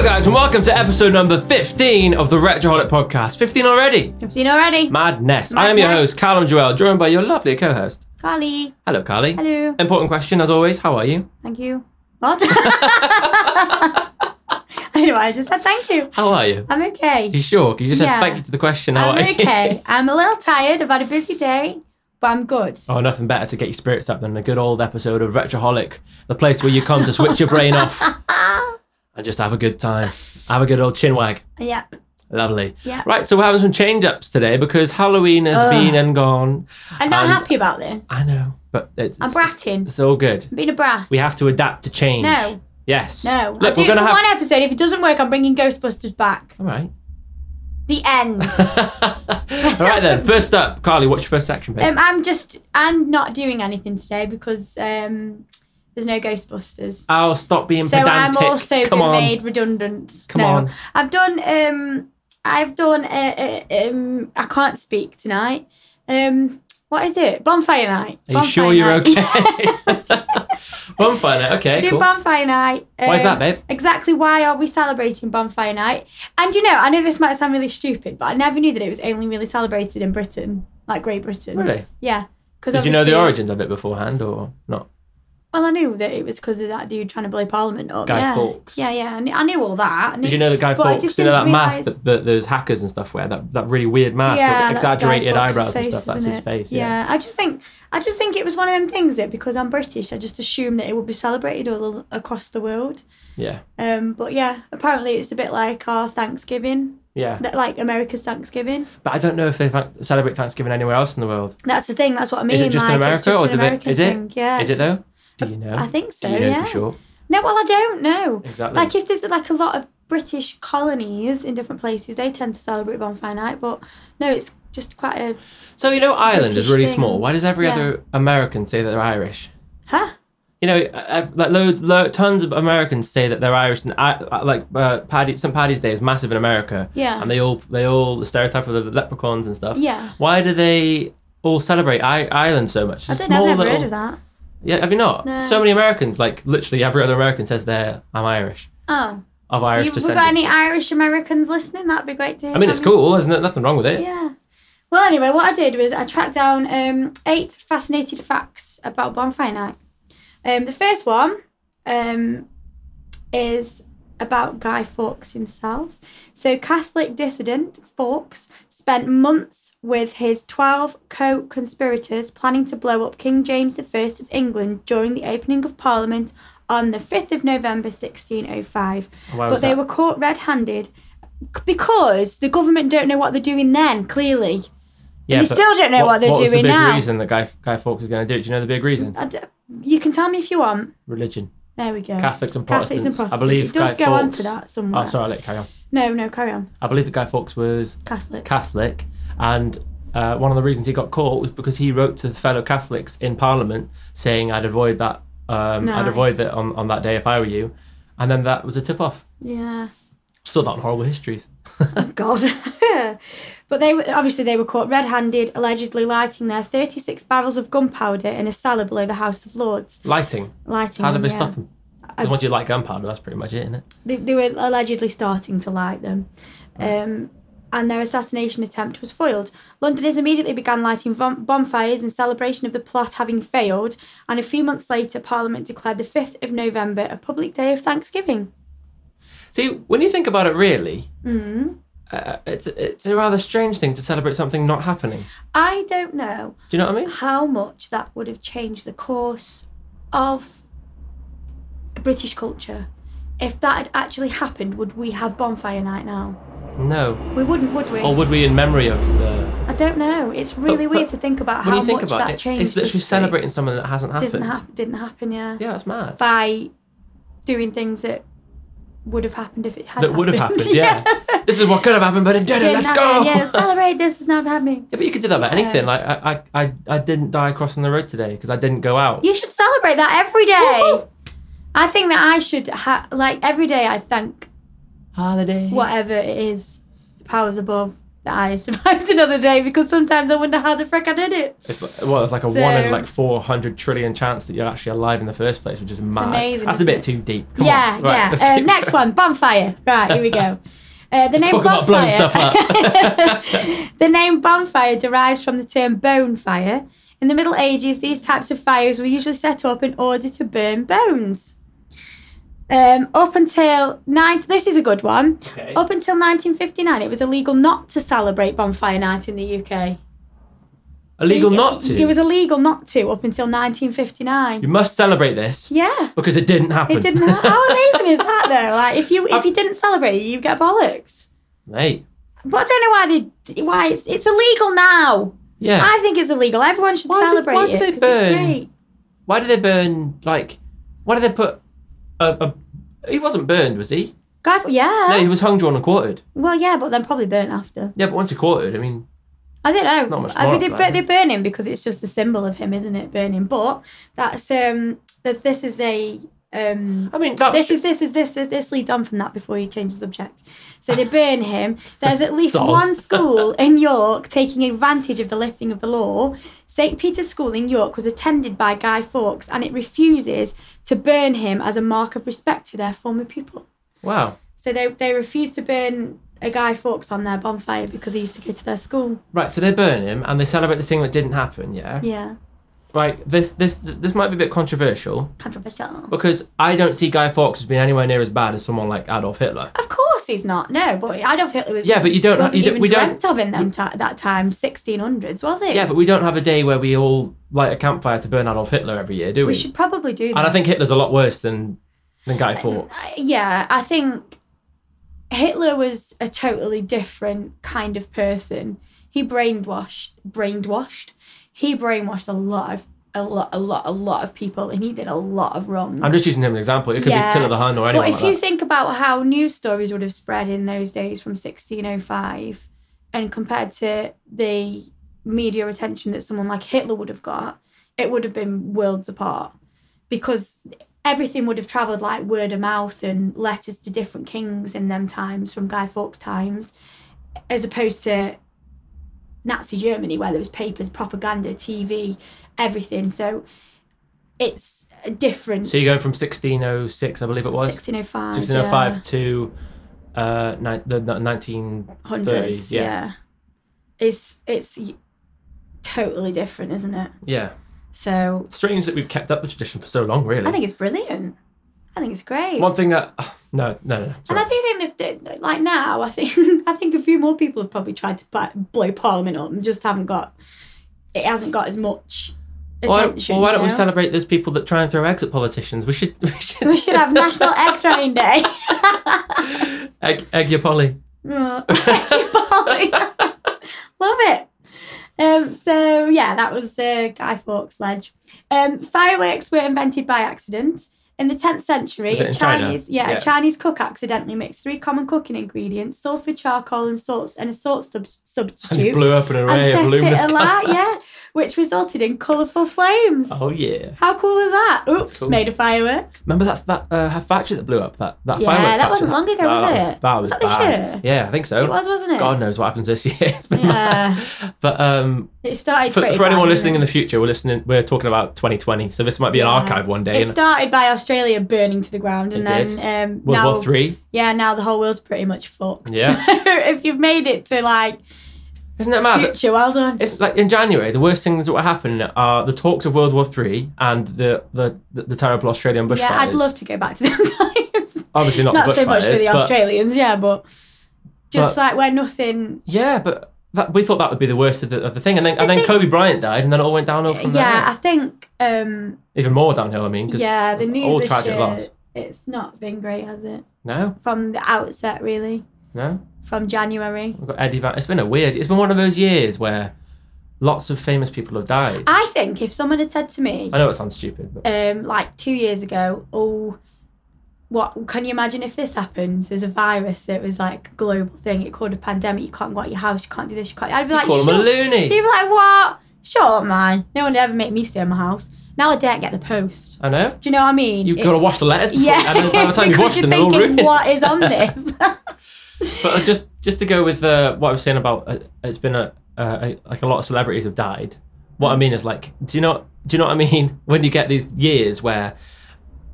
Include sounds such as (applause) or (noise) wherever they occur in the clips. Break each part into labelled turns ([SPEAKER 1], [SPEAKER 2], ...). [SPEAKER 1] and welcome to episode number 15 of the Retroholic Podcast. 15 already?
[SPEAKER 2] You've seen already.
[SPEAKER 1] Madness. I am your
[SPEAKER 2] Madness.
[SPEAKER 1] host, Callum Joel, joined by your lovely co host.
[SPEAKER 2] Carly.
[SPEAKER 1] Hello, Carly.
[SPEAKER 2] Hello.
[SPEAKER 1] Important question, as always. How are you?
[SPEAKER 2] Thank you. What? (laughs) I don't know why I just said thank you.
[SPEAKER 1] How are you?
[SPEAKER 2] I'm okay.
[SPEAKER 1] You sure? You just said
[SPEAKER 2] Yeah.
[SPEAKER 1] thank you to the question. How are
[SPEAKER 2] I'm
[SPEAKER 1] you?
[SPEAKER 2] okay. I'm a little tired. I've had a busy day, but I'm good.
[SPEAKER 1] (laughs) Oh, nothing better to get your spirits up than a good old episode of Retroholic, the place where you come to switch your brain
[SPEAKER 2] (laughs)
[SPEAKER 1] off and just have a good time. Have a good old chin wag.
[SPEAKER 2] Yep.
[SPEAKER 1] Lovely.
[SPEAKER 2] Yeah.
[SPEAKER 1] Right, so we're having some change ups today because Halloween has
[SPEAKER 2] Ugh.
[SPEAKER 1] been and gone.
[SPEAKER 2] I'm not
[SPEAKER 1] And-
[SPEAKER 2] happy about this.
[SPEAKER 1] I know, but it's,
[SPEAKER 2] I'm
[SPEAKER 1] it's, it's,
[SPEAKER 2] bratting.
[SPEAKER 1] all good.
[SPEAKER 2] I'm being a brat.
[SPEAKER 1] We have to adapt to change.
[SPEAKER 2] No.
[SPEAKER 1] Yes.
[SPEAKER 2] No. I'll
[SPEAKER 1] Look,
[SPEAKER 2] do
[SPEAKER 1] we're going
[SPEAKER 2] it for
[SPEAKER 1] to have.
[SPEAKER 2] one episode. If it doesn't work, I'm bringing Ghostbusters back.
[SPEAKER 1] All right. (laughs)
[SPEAKER 2] The end.
[SPEAKER 1] all right then. First up, Carly, what's your first section, babe?
[SPEAKER 2] um, I'm just, I'm not doing anything today because um, there's no Ghostbusters.
[SPEAKER 1] I'll stop being
[SPEAKER 2] So I'm
[SPEAKER 1] pedantic.
[SPEAKER 2] also
[SPEAKER 1] Come
[SPEAKER 2] been
[SPEAKER 1] on.
[SPEAKER 2] made redundant.
[SPEAKER 1] Come
[SPEAKER 2] No.
[SPEAKER 1] on.
[SPEAKER 2] I've done. Um, I've done. Uh, uh, um, I can't speak tonight. Um, what is it? Bonfire night.
[SPEAKER 1] Are you
[SPEAKER 2] Bonfire
[SPEAKER 1] sure you're
[SPEAKER 2] night. (laughs)
[SPEAKER 1] okay? (laughs) Bonfire night. Okay.
[SPEAKER 2] Do
[SPEAKER 1] cool.
[SPEAKER 2] bonfire night.
[SPEAKER 1] Why is that,
[SPEAKER 2] um,
[SPEAKER 1] babe?
[SPEAKER 2] Exactly why are we celebrating bonfire night? And you know, I know this might sound really stupid, but I never knew that it was only really celebrated in Britain, like Great Britain.
[SPEAKER 1] Really?
[SPEAKER 2] Yeah. Because
[SPEAKER 1] Did you know the origins of it beforehand or not?
[SPEAKER 2] Well, I knew that it was because of that dude trying to blow Parliament up.
[SPEAKER 1] Guy
[SPEAKER 2] yeah.
[SPEAKER 1] Fawkes.
[SPEAKER 2] Yeah, yeah. I knew, I knew all that. I knew-
[SPEAKER 1] Did you know that Guy
[SPEAKER 2] But I
[SPEAKER 1] Fawkes,
[SPEAKER 2] just
[SPEAKER 1] you know that
[SPEAKER 2] didn't
[SPEAKER 1] mask
[SPEAKER 2] realise-
[SPEAKER 1] that, that those hackers and stuff wear, that, that really weird mask
[SPEAKER 2] yeah,
[SPEAKER 1] with
[SPEAKER 2] that's Guy
[SPEAKER 1] exaggerated
[SPEAKER 2] Fawkes's
[SPEAKER 1] eyebrows
[SPEAKER 2] face,
[SPEAKER 1] and stuff, that's
[SPEAKER 2] isn't
[SPEAKER 1] his
[SPEAKER 2] it?
[SPEAKER 1] face.
[SPEAKER 2] Yeah. I just think I just think it was one of them things that because I'm British, I just assumed that it would be celebrated all across the world.
[SPEAKER 1] Yeah.
[SPEAKER 2] Um, but yeah, apparently it's a bit like our Thanksgiving,
[SPEAKER 1] Yeah.
[SPEAKER 2] that like America's Thanksgiving.
[SPEAKER 1] But I don't know if they fa- celebrate Thanksgiving anywhere else in the world.
[SPEAKER 2] That's the thing. That's what I mean.
[SPEAKER 1] Is it just
[SPEAKER 2] like,
[SPEAKER 1] in America
[SPEAKER 2] it's just
[SPEAKER 1] or
[SPEAKER 2] an
[SPEAKER 1] do
[SPEAKER 2] American
[SPEAKER 1] they, is
[SPEAKER 2] thing.
[SPEAKER 1] it? Is
[SPEAKER 2] Yeah. Uh, it's
[SPEAKER 1] it
[SPEAKER 2] just-
[SPEAKER 1] though? Do you know?
[SPEAKER 2] I think so.
[SPEAKER 1] Do you know
[SPEAKER 2] yeah.
[SPEAKER 1] for sure?
[SPEAKER 2] No, well, I don't know.
[SPEAKER 1] Exactly.
[SPEAKER 2] Like if there's like a lot of British colonies in different places, they tend to celebrate Bonfire Night. But no, it's just quite a
[SPEAKER 1] so you know Ireland is
[SPEAKER 2] British
[SPEAKER 1] really
[SPEAKER 2] thing.
[SPEAKER 1] small. Why does every
[SPEAKER 2] Yeah.
[SPEAKER 1] other American say that they're Irish?
[SPEAKER 2] huh.
[SPEAKER 1] You know, uh, uh, like loads, lo- tons of Americans say that they're Irish, and I, I- like uh, Paddy, St. Paddy's Day is massive in America.
[SPEAKER 2] Yeah.
[SPEAKER 1] And they all, they all the stereotype of the leprechauns and stuff.
[SPEAKER 2] Yeah.
[SPEAKER 1] Why do they all celebrate I- Ireland so much?
[SPEAKER 2] I
[SPEAKER 1] It's a
[SPEAKER 2] don't know. I've
[SPEAKER 1] small
[SPEAKER 2] never heard
[SPEAKER 1] little-
[SPEAKER 2] of that.
[SPEAKER 1] Yeah, have you not?
[SPEAKER 2] No.
[SPEAKER 1] So many Americans, like literally every other American says they're I'm Irish
[SPEAKER 2] Oh.
[SPEAKER 1] of Irish
[SPEAKER 2] If we've
[SPEAKER 1] descendants.
[SPEAKER 2] got any Irish Americans listening, that'd be great to hear.
[SPEAKER 1] I mean, it's
[SPEAKER 2] from you.
[SPEAKER 1] cool. There's no, nothing wrong with it.
[SPEAKER 2] Yeah. Well, anyway, what I did was I tracked down um, eight fascinated facts about Bonfire Night. Um, the first one um, is about Guy Fawkes himself. So, Catholic dissident Fawkes spent months with his 12 co conspirators planning to blow up King James I of England during the opening of Parliament on the 5th of November 1605
[SPEAKER 1] Why
[SPEAKER 2] but
[SPEAKER 1] was
[SPEAKER 2] they
[SPEAKER 1] that?
[SPEAKER 2] were caught red-handed c- because the government don't know what they're doing then clearly
[SPEAKER 1] yeah,
[SPEAKER 2] they
[SPEAKER 1] but
[SPEAKER 2] still don't know what they're
[SPEAKER 1] was the
[SPEAKER 2] doing
[SPEAKER 1] big
[SPEAKER 2] now.
[SPEAKER 1] reason that Guy, Guy Fawkes is going to do it? Do you know the big reason?
[SPEAKER 2] I d- you can tell me if you want
[SPEAKER 1] Religion.
[SPEAKER 2] there we go
[SPEAKER 1] Catholics and
[SPEAKER 2] Catholics
[SPEAKER 1] Protestants.
[SPEAKER 2] and Protestants.
[SPEAKER 1] I believe
[SPEAKER 2] it does
[SPEAKER 1] Guy
[SPEAKER 2] go on
[SPEAKER 1] Fawkes-
[SPEAKER 2] to that somewhere
[SPEAKER 1] Oh, sorry, I'll let you carry on.
[SPEAKER 2] no no carry on
[SPEAKER 1] I believe that Guy Fawkes was
[SPEAKER 2] Catholic
[SPEAKER 1] Catholic, and uh, one of the reasons he got caught was because he wrote to fellow Catholics in Parliament saying, "I'd avoid that. Um, I'd
[SPEAKER 2] Nice.
[SPEAKER 1] avoid that on, on that day if I were you," and then that was a tip off.
[SPEAKER 2] yeah Oh,
[SPEAKER 1] Saw that on Horrible Histories.
[SPEAKER 2] God. (laughs) but they were, obviously they were caught red-handed, allegedly lighting their 36 barrels of gunpowder in a cellar below the House of Lords.
[SPEAKER 1] Lighting.
[SPEAKER 2] Lighting.
[SPEAKER 1] How did they
[SPEAKER 2] them, Mm, yeah.
[SPEAKER 1] stop him?
[SPEAKER 2] I-
[SPEAKER 1] They want you to light gunpowder. That's pretty much it, isn't it?
[SPEAKER 2] they, they were allegedly starting to light them. Um, and their assassination attempt was foiled. Londoners immediately began lighting vom- bonfires in celebration of the plot having failed, and a few months later, Parliament declared the 5th of November a public day of Thanksgiving.
[SPEAKER 1] See, when you think about it, really,
[SPEAKER 2] hmm
[SPEAKER 1] uh, it's it's a rather strange thing to celebrate something not happening.
[SPEAKER 2] I don't know
[SPEAKER 1] Do you know what I mean?
[SPEAKER 2] how much that would have changed the course of British culture. If that had actually happened, would we have bonfire night now?
[SPEAKER 1] No.
[SPEAKER 2] We wouldn't, would we?
[SPEAKER 1] Or would we, in memory of the?
[SPEAKER 2] I don't know. It's really
[SPEAKER 1] but-
[SPEAKER 2] weird to think about
[SPEAKER 1] When
[SPEAKER 2] how
[SPEAKER 1] you think
[SPEAKER 2] much
[SPEAKER 1] about
[SPEAKER 2] that
[SPEAKER 1] it,
[SPEAKER 2] changed.
[SPEAKER 1] it's literally
[SPEAKER 2] history.
[SPEAKER 1] celebrating something that hasn't happened.
[SPEAKER 2] Doesn't hap- didn't happen, yeah.
[SPEAKER 1] Yeah, that's mad.
[SPEAKER 2] By doing things that would have happened if it had.
[SPEAKER 1] That would have happened.
[SPEAKER 2] (laughs)
[SPEAKER 1] Yeah. this is what could have happened, but it didn't.
[SPEAKER 2] Didn't
[SPEAKER 1] Let's go.
[SPEAKER 2] happen, Yeah, celebrate. This is not happening.
[SPEAKER 1] (laughs) Yeah, but you could do that about
[SPEAKER 2] Yeah.
[SPEAKER 1] anything. Like I, I, I, I didn't die crossing the road today because I didn't go out.
[SPEAKER 2] You should celebrate that every day. I think that I should ha- like every day. I thank
[SPEAKER 1] Holiday.
[SPEAKER 2] whatever it is, the powers above, that I (laughs) survived another day because sometimes I wonder how the frick I did it.
[SPEAKER 1] It's like, well, it's like a one in
[SPEAKER 2] So-
[SPEAKER 1] like four hundred trillion chance that you're actually alive in the first place, which is mad.
[SPEAKER 2] amazing,
[SPEAKER 1] That's a bit
[SPEAKER 2] isn't
[SPEAKER 1] too deep. Come
[SPEAKER 2] yeah,
[SPEAKER 1] on. Right,
[SPEAKER 2] yeah.
[SPEAKER 1] let's
[SPEAKER 2] Uh,
[SPEAKER 1] keep
[SPEAKER 2] next
[SPEAKER 1] going.
[SPEAKER 2] one, bonfire. Right, here
[SPEAKER 1] (laughs)
[SPEAKER 2] we go. Uh, the name
[SPEAKER 1] Talk about blowing
[SPEAKER 2] bonfire.
[SPEAKER 1] stuff up.
[SPEAKER 2] (laughs) the name bonfire derives from the term bone fire. In the Middle Ages, these types of fires were usually set up in order to burn bones. Um, up until nine, this is a good one.
[SPEAKER 1] (laughs) Okay.
[SPEAKER 2] Up until 1959, it was illegal not to celebrate bonfire night in the UK.
[SPEAKER 1] Illegal
[SPEAKER 2] It-
[SPEAKER 1] not to.
[SPEAKER 2] It was illegal not to up until 1959.
[SPEAKER 1] you must celebrate this
[SPEAKER 2] Yeah.
[SPEAKER 1] because it didn't happen.
[SPEAKER 2] It didn't.
[SPEAKER 1] (laughs)
[SPEAKER 2] Ha- how amazing is that though? Like if you if you didn't celebrate, it, you get bollocks.
[SPEAKER 1] Mate.
[SPEAKER 2] But I don't know why they why it's it's illegal now.
[SPEAKER 1] Yeah.
[SPEAKER 2] I think it's illegal. Everyone should
[SPEAKER 1] Why did-
[SPEAKER 2] celebrate
[SPEAKER 1] why did
[SPEAKER 2] it
[SPEAKER 1] they
[SPEAKER 2] 'cause it's
[SPEAKER 1] burn?
[SPEAKER 2] great.
[SPEAKER 1] Why did they burn like? Why did they put a? a he wasn't burned, was he?
[SPEAKER 2] Guy, yeah.
[SPEAKER 1] No, he was hung, drawn, and quartered.
[SPEAKER 2] well, yeah, but then probably burnt after.
[SPEAKER 1] Yeah, but once you're quartered, I mean,
[SPEAKER 2] I don't know.
[SPEAKER 1] Not much
[SPEAKER 2] I
[SPEAKER 1] more
[SPEAKER 2] mean, they,
[SPEAKER 1] of that,
[SPEAKER 2] bur-
[SPEAKER 1] eh?
[SPEAKER 2] they burn him because it's just a symbol of him, isn't it? Burning. But that's um. There's this is a um.
[SPEAKER 1] I mean that's
[SPEAKER 2] This is this is this is this leads on from that before you change the subject. So they burn him. There's
[SPEAKER 1] (laughs)
[SPEAKER 2] at least
[SPEAKER 1] Soz.
[SPEAKER 2] one school in York taking advantage of the lifting of the law. St Peter's School in York was attended by Guy Fawkes, and it refuses to burn him as a mark of respect to their former pupil.
[SPEAKER 1] wow.
[SPEAKER 2] So they they refuse to burn a Guy Fawkes on their bonfire because he used to go to their school.
[SPEAKER 1] Right, so they burn him and they celebrate this thing that didn't happen. Yeah.
[SPEAKER 2] Yeah,
[SPEAKER 1] Right. This this this might be a bit controversial
[SPEAKER 2] controversial.
[SPEAKER 1] because I don't see Guy Fawkes as being anywhere near as bad as someone like Adolf Hitler.
[SPEAKER 2] Of course he's not. No, but I don't feel it was.
[SPEAKER 1] Yeah, but you don't.
[SPEAKER 2] wasn't
[SPEAKER 1] you don't
[SPEAKER 2] even
[SPEAKER 1] we don't.
[SPEAKER 2] dreamt of in them ti that time, 1600s, was it?
[SPEAKER 1] Yeah, but we don't have a day where we all light a campfire to burn Adolf Hitler every year, do we?
[SPEAKER 2] we should probably do that.
[SPEAKER 1] and I think Hitler's a lot worse than than Guy Fawkes.
[SPEAKER 2] I- yeah, I think Hitler was a totally different kind of person. He brainwashed, brainwashed. He brainwashed a lot of, a lot, a lot, a lot of people, and he did a lot of wrong.
[SPEAKER 1] I'm just using him as an example. It could
[SPEAKER 2] Yeah.
[SPEAKER 1] be Tiller the Hun or anyone
[SPEAKER 2] But if
[SPEAKER 1] like
[SPEAKER 2] you
[SPEAKER 1] that.
[SPEAKER 2] think about how news stories would have spread in those days from 1605 and compared to the media attention that someone like Hitler would have got, it would have been worlds apart because everything would have travelled like word of mouth and letters to different kings in them times from Guy Fawkes times as opposed to Nazi Germany where there was papers, propaganda, TV, everything. So it's a different.
[SPEAKER 1] So you go from 1606, I believe it was,
[SPEAKER 2] 1605.
[SPEAKER 1] 1605 to uh, ni- the, the 19.
[SPEAKER 2] yeah. hundreds.
[SPEAKER 1] 30s, yeah.
[SPEAKER 2] yeah. it's it's y- totally different, isn't it?
[SPEAKER 1] Yeah.
[SPEAKER 2] So
[SPEAKER 1] Strange that we've kept up the tradition for so long, really.
[SPEAKER 2] I think it's brilliant. I think it's great.
[SPEAKER 1] One thing that. uh, No, no, no. no
[SPEAKER 2] and
[SPEAKER 1] sorry.
[SPEAKER 2] I do think that, that- like now, I think (laughs) I think a few more people have probably tried to bu- blow Parliament up and just haven't got it hasn't got as much
[SPEAKER 1] Why-
[SPEAKER 2] attention.
[SPEAKER 1] well, why don't
[SPEAKER 2] you
[SPEAKER 1] we
[SPEAKER 2] know?
[SPEAKER 1] celebrate those people that try and throw eggs at politicians? We should. (laughs) We should,
[SPEAKER 2] We should have National Egg Throwing Day.
[SPEAKER 1] (laughs) egg, egg your Polly.
[SPEAKER 2] Oh, thank you, Polly. (laughs) Love it. Um, so yeah, that was uh, Guy Fawkes' ledge. Um, fireworks were invented by accident in the 10th century.
[SPEAKER 1] Was it
[SPEAKER 2] a
[SPEAKER 1] in China?
[SPEAKER 2] Chinese, yeah,
[SPEAKER 1] Yeah.
[SPEAKER 2] a Chinese cook accidentally mixed three common cooking ingredients: sulfur, charcoal, and salt, and a salt sub-
[SPEAKER 1] And he
[SPEAKER 2] substitute,
[SPEAKER 1] blew up an
[SPEAKER 2] and
[SPEAKER 1] array of luminous.
[SPEAKER 2] set it alight. yeah, which resulted in colourful flames.
[SPEAKER 1] Oh yeah!
[SPEAKER 2] How cool is that? Oops,
[SPEAKER 1] cool.
[SPEAKER 2] made a firework.
[SPEAKER 1] Remember that that uh, factory that blew up? That that
[SPEAKER 2] Yeah,
[SPEAKER 1] fireworks
[SPEAKER 2] that
[SPEAKER 1] factory?
[SPEAKER 2] wasn't long ago,
[SPEAKER 1] No,
[SPEAKER 2] was
[SPEAKER 1] that-
[SPEAKER 2] it?
[SPEAKER 1] That was,
[SPEAKER 2] Was that this
[SPEAKER 1] bad.
[SPEAKER 2] year?
[SPEAKER 1] Yeah, I think so.
[SPEAKER 2] It was, wasn't it?
[SPEAKER 1] Oh, God knows what happens this year. (laughs) It's been
[SPEAKER 2] Yeah.
[SPEAKER 1] mad. But um,
[SPEAKER 2] It started
[SPEAKER 1] for,
[SPEAKER 2] pretty
[SPEAKER 1] for anyone
[SPEAKER 2] badly.
[SPEAKER 1] listening in the future, we're listening. We're talking about 2020, so this might be an
[SPEAKER 2] Yeah.
[SPEAKER 1] archive one day.
[SPEAKER 2] It
[SPEAKER 1] and
[SPEAKER 2] started by Australia burning to the ground, and
[SPEAKER 1] It
[SPEAKER 2] then
[SPEAKER 1] did.
[SPEAKER 2] um,
[SPEAKER 1] World
[SPEAKER 2] now,
[SPEAKER 1] War Three.
[SPEAKER 2] yeah, now the whole world's pretty much fucked.
[SPEAKER 1] Yeah.
[SPEAKER 2] (laughs) So if you've made it to like
[SPEAKER 1] Isn't it mad? that-
[SPEAKER 2] future, well done.
[SPEAKER 1] It's like in January, the worst things that will happen are the talks of World War Three and the the, the, terrible Australian bushfires.
[SPEAKER 2] yeah, I'd love to go back to them (laughs) times.
[SPEAKER 1] Obviously not,
[SPEAKER 2] Not
[SPEAKER 1] the
[SPEAKER 2] so much for
[SPEAKER 1] bushfires,
[SPEAKER 2] the
[SPEAKER 1] but-
[SPEAKER 2] Australians, yeah, but just like where nothing.
[SPEAKER 1] Yeah, but that, we thought that would be the worst of the, of the thing, and then and then
[SPEAKER 2] think-
[SPEAKER 1] Kobe Bryant died, and then it all went downhill from
[SPEAKER 2] Yeah, I
[SPEAKER 1] there.
[SPEAKER 2] think. um
[SPEAKER 1] Even more downhill, I mean. 'cause
[SPEAKER 2] Yeah, the news
[SPEAKER 1] all
[SPEAKER 2] this
[SPEAKER 1] tragic
[SPEAKER 2] year,
[SPEAKER 1] loss.
[SPEAKER 2] It's not been great, has it?
[SPEAKER 1] No,
[SPEAKER 2] From the outset, really,
[SPEAKER 1] no.
[SPEAKER 2] from January.
[SPEAKER 1] We've got Eddie Van. It's been a weird. It's been one of those years where lots of famous people have died. I,
[SPEAKER 2] I think if someone had said to me,
[SPEAKER 1] know it sounds stupid, but
[SPEAKER 2] um, like two years ago, oh, what can you imagine if this happens? There's a virus that was like a global thing. It called a pandemic. You can't go out your house. You can't do this. You can't. I'd be like,
[SPEAKER 1] call him a
[SPEAKER 2] "Shut-"
[SPEAKER 1] loony.
[SPEAKER 2] They'd be like, what? Shut up, man. No one would ever make me stay in my house. Now I dare get the post.
[SPEAKER 1] I know.
[SPEAKER 2] Do you know what I mean?
[SPEAKER 1] You've got to
[SPEAKER 2] It's-
[SPEAKER 1] wash the letters. Before,
[SPEAKER 2] (laughs) Yeah,
[SPEAKER 1] And then by the time you've
[SPEAKER 2] because
[SPEAKER 1] washed
[SPEAKER 2] you're
[SPEAKER 1] them, they're all (laughs)
[SPEAKER 2] thinking,
[SPEAKER 1] ruined.
[SPEAKER 2] what is on this? (laughs)
[SPEAKER 1] But uh, just just to go with uh, what I was saying about uh, it's been a, uh, a like a lot of celebrities have died. What I
[SPEAKER 2] Mm.
[SPEAKER 1] mean is like, do you know do you know what I mean? (laughs) When you get these years where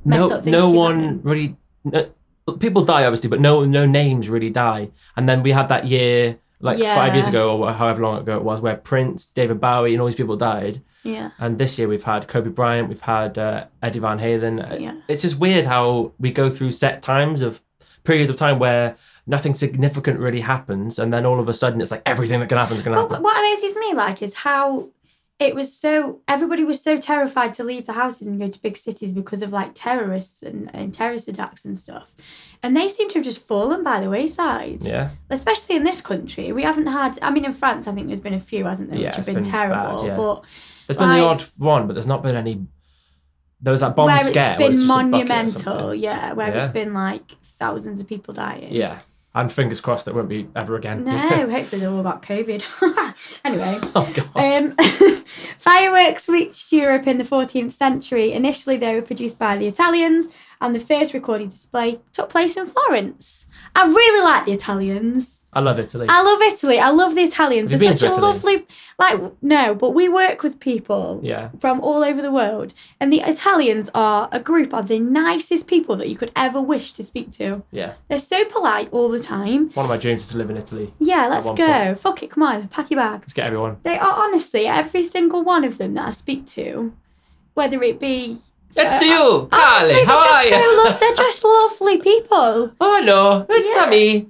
[SPEAKER 2] Messed
[SPEAKER 1] no
[SPEAKER 2] up things
[SPEAKER 1] no
[SPEAKER 2] keep
[SPEAKER 1] one
[SPEAKER 2] happening.
[SPEAKER 1] really no, people die obviously, but no no names really die. And then we had that year like five years
[SPEAKER 2] Yeah.
[SPEAKER 1] ago or however long ago it was where Prince, David Bowie, and all these people died.
[SPEAKER 2] Yeah.
[SPEAKER 1] And this year we've had Kobe Bryant, we've had uh, Eddie Van Halen. Uh,
[SPEAKER 2] Yeah.
[SPEAKER 1] It's just weird how we go through set times of periods of time where nothing significant really happens, and then all of a sudden it's like everything that can happen is going to
[SPEAKER 2] But
[SPEAKER 1] happen.
[SPEAKER 2] what amazes me, like, is how it was so everybody was so terrified to leave the houses and go to big cities because of like terrorists and, and terrorist attacks and stuff. And they seem to have just fallen by the wayside.
[SPEAKER 1] Yeah,
[SPEAKER 2] Especially in this country. We haven't had I mean in France I think there's been a few, hasn't there,
[SPEAKER 1] Yeah,
[SPEAKER 2] which have
[SPEAKER 1] it's
[SPEAKER 2] been,
[SPEAKER 1] been
[SPEAKER 2] terrible.
[SPEAKER 1] bad, yeah.
[SPEAKER 2] But
[SPEAKER 1] there's been
[SPEAKER 2] Like-
[SPEAKER 1] the odd one, but there's not been any. There was that bomb
[SPEAKER 2] where
[SPEAKER 1] scare. where
[SPEAKER 2] it's been
[SPEAKER 1] it's just a bucket or
[SPEAKER 2] monumental,
[SPEAKER 1] something.
[SPEAKER 2] yeah, where it's
[SPEAKER 1] Yeah.
[SPEAKER 2] been like thousands of people dying.
[SPEAKER 1] Yeah, and fingers crossed that won't be ever again.
[SPEAKER 2] No, hopefully they're all about COVID. (laughs) anyway.
[SPEAKER 1] (laughs) oh
[SPEAKER 2] (laughs)
[SPEAKER 1] god.
[SPEAKER 2] Um, fireworks reached Europe in the 14th century. Initially, they were produced by the Italians, and the first recorded display took place in Florence. I really like the Italians.
[SPEAKER 1] I love Italy.
[SPEAKER 2] I love Italy. I love the Italians.
[SPEAKER 1] Have you
[SPEAKER 2] They're
[SPEAKER 1] been
[SPEAKER 2] such
[SPEAKER 1] to
[SPEAKER 2] a
[SPEAKER 1] Italy?
[SPEAKER 2] lovely, like, no, but we work with people
[SPEAKER 1] yeah,
[SPEAKER 2] from all over the world, and the Italians are a group of the nicest people that you could ever wish to speak to.
[SPEAKER 1] yeah.
[SPEAKER 2] They're so polite all the time.
[SPEAKER 1] One of my dreams is to live in Italy.
[SPEAKER 2] Yeah, let's
[SPEAKER 1] one
[SPEAKER 2] go. Fuck it, come on, pack your bag.
[SPEAKER 1] Let's get everyone.
[SPEAKER 2] They are honestly every single one of them that I speak to, whether it be
[SPEAKER 1] It's
[SPEAKER 2] Uh,
[SPEAKER 1] you,
[SPEAKER 2] honestly,
[SPEAKER 1] Carly.
[SPEAKER 2] they're
[SPEAKER 1] How are
[SPEAKER 2] just
[SPEAKER 1] you? (laughs)
[SPEAKER 2] so lo- they're just lovely people.
[SPEAKER 1] Oh no, it's
[SPEAKER 2] Yeah.
[SPEAKER 1] me,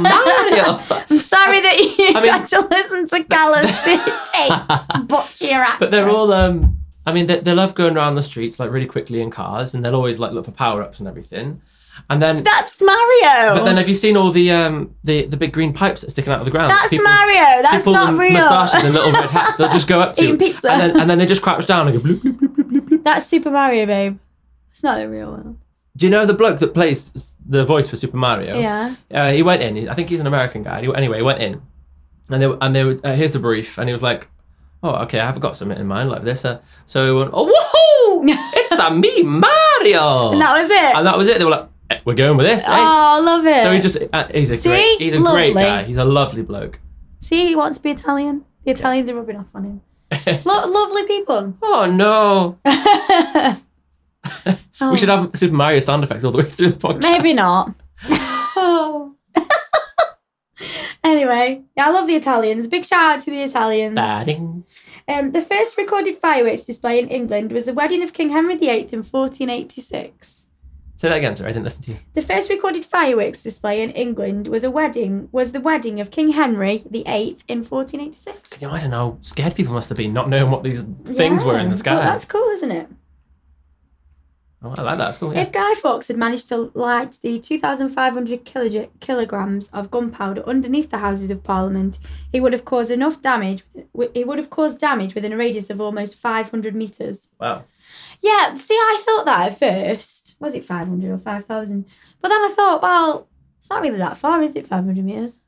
[SPEAKER 1] Mario.
[SPEAKER 2] (laughs) I'm sorry that you
[SPEAKER 1] I mean-
[SPEAKER 2] had to listen to Callum
[SPEAKER 1] (laughs)
[SPEAKER 2] take butch your accent.
[SPEAKER 1] but they're all um. I mean, they, they love going around the streets like really quickly in cars, and they'll always like look for power ups and everything. And then,
[SPEAKER 2] that's Mario.
[SPEAKER 1] but then, have you seen all the um the, the big green pipes that are sticking out of the ground?
[SPEAKER 2] that's Mario. That's
[SPEAKER 1] people
[SPEAKER 2] not
[SPEAKER 1] with
[SPEAKER 2] real.
[SPEAKER 1] Moustaches and little red hats. They'll just go up to
[SPEAKER 2] Eating
[SPEAKER 1] you,
[SPEAKER 2] pizza.
[SPEAKER 1] and then, and then they just crouch down and go. Bloop, bloop, bloop, bloop, bloop, bloop.
[SPEAKER 2] (laughs) That's Super Mario, babe. It's not the real one.
[SPEAKER 1] Do you know the bloke that plays the voice for Super Mario?
[SPEAKER 2] Yeah.
[SPEAKER 1] uh, he went in. I think he's an American guy. He, anyway, he went in, and they were- and they were, uh, here's the brief, and he was like, "Oh, okay, I've got something in mind like this." Uh, so he went,
[SPEAKER 2] (laughs)
[SPEAKER 1] "Oh, woohoo! It's a me Mario!"
[SPEAKER 2] And that was it.
[SPEAKER 1] and that was it. They were like, "Eh, "We're going with this." eh?"
[SPEAKER 2] oh, I love it.
[SPEAKER 1] So he just uh, he's a
[SPEAKER 2] See?
[SPEAKER 1] great he's a
[SPEAKER 2] Lovely.
[SPEAKER 1] great guy. He's a lovely bloke.
[SPEAKER 2] See, he wants to be Italian. The Italians are rubbing off on
[SPEAKER 1] (laughs)
[SPEAKER 2] him. Lo- lovely people.
[SPEAKER 1] Oh no!
[SPEAKER 2] Oh,
[SPEAKER 1] (laughs) We should have Super Mario sound effects all the way through the podcast. (laughs)
[SPEAKER 2] Maybe not.
[SPEAKER 1] Oh.
[SPEAKER 2] Anyway, yeah, I love the Italians. Big shout out to the Italians.
[SPEAKER 1] Da-ding.
[SPEAKER 2] Um, the first recorded fireworks display in England was the wedding of King Henry VIII in 1486.
[SPEAKER 1] Say that again, sir. I didn't listen to you.
[SPEAKER 2] The first recorded fireworks display in England was a wedding was the wedding of King Henry VIII in 1486.
[SPEAKER 1] You know, I don't know. how Scared people must have been not knowing what these things were in
[SPEAKER 2] Yeah,
[SPEAKER 1] the sky.
[SPEAKER 2] but that's cool, isn't it?
[SPEAKER 1] Oh, I like that. That's cool. Yeah.
[SPEAKER 2] If Guy Fawkes had managed to light the 2,500 kilog- kilograms of gunpowder underneath the Houses of Parliament, he would have caused enough damage. wi- He would have caused damage within a radius of almost 500 meters.
[SPEAKER 1] Wow.
[SPEAKER 2] Yeah, see, I thought that at first. Was it 500 or 5,000? But then I thought, well, it's not really that far, is it? 500 meters?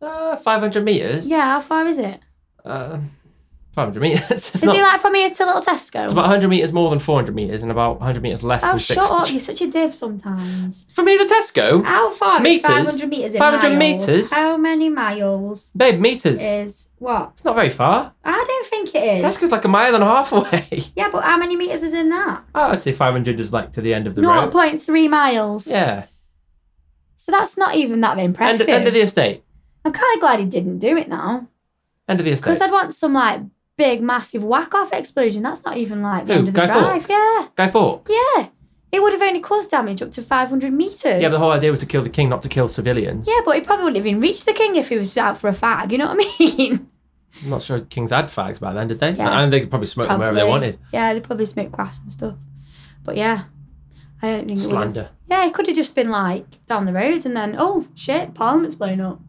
[SPEAKER 1] Uh, 500 meters.
[SPEAKER 2] Yeah, how far is it?
[SPEAKER 1] Uh, 500 meters. (laughs) It's,
[SPEAKER 2] Is
[SPEAKER 1] not,
[SPEAKER 2] it like from here to Little Tesco?
[SPEAKER 1] it's about 100 meters more than 400 meters and about 100 meters less
[SPEAKER 2] oh,
[SPEAKER 1] than
[SPEAKER 2] shut
[SPEAKER 1] 600.
[SPEAKER 2] up! You're such a div sometimes.
[SPEAKER 1] From here to Tesco?
[SPEAKER 2] How far
[SPEAKER 1] Meters?
[SPEAKER 2] is 500 meters in
[SPEAKER 1] 500
[SPEAKER 2] miles?
[SPEAKER 1] meters?
[SPEAKER 2] How many miles?
[SPEAKER 1] Babe, meters.
[SPEAKER 2] is what?
[SPEAKER 1] It's not very far.
[SPEAKER 2] I don't think it is.
[SPEAKER 1] Tesco's like a mile and a half away. (laughs)
[SPEAKER 2] yeah, but how many meters is in that?
[SPEAKER 1] Oh, I'd say 500 is like to the end of the
[SPEAKER 2] Zero
[SPEAKER 1] road.
[SPEAKER 2] point three miles.
[SPEAKER 1] Yeah.
[SPEAKER 2] So that's not even that
[SPEAKER 1] End,
[SPEAKER 2] impressive.
[SPEAKER 1] end of the estate.
[SPEAKER 2] I'm kind of glad he didn't do it now,
[SPEAKER 1] End of the estate.
[SPEAKER 2] because I'd want some like big, massive whack-off explosion. That's not even like the
[SPEAKER 1] Who,
[SPEAKER 2] end of the
[SPEAKER 1] Guy
[SPEAKER 2] drive.
[SPEAKER 1] Fawkes?
[SPEAKER 2] Yeah,
[SPEAKER 1] Guy Fawkes.
[SPEAKER 2] yeah. It would have only caused damage up to 500 meters.
[SPEAKER 1] Yeah, but the whole idea was to kill the king, not to kill civilians.
[SPEAKER 2] Yeah, but he probably wouldn't have even reached the king if he was out for a fag. You know what I (laughs) mean?
[SPEAKER 1] I'm not sure kings had fags by then, did they?
[SPEAKER 2] Yeah.
[SPEAKER 1] And they could probably smoke them wherever they
[SPEAKER 2] Probably.
[SPEAKER 1] wanted.
[SPEAKER 2] Yeah, they probably smoked grass and stuff. But yeah, I don't think it would have
[SPEAKER 1] Slander.
[SPEAKER 2] Yeah, it could have just been like down the road and then, oh shit, Parliament's blown up.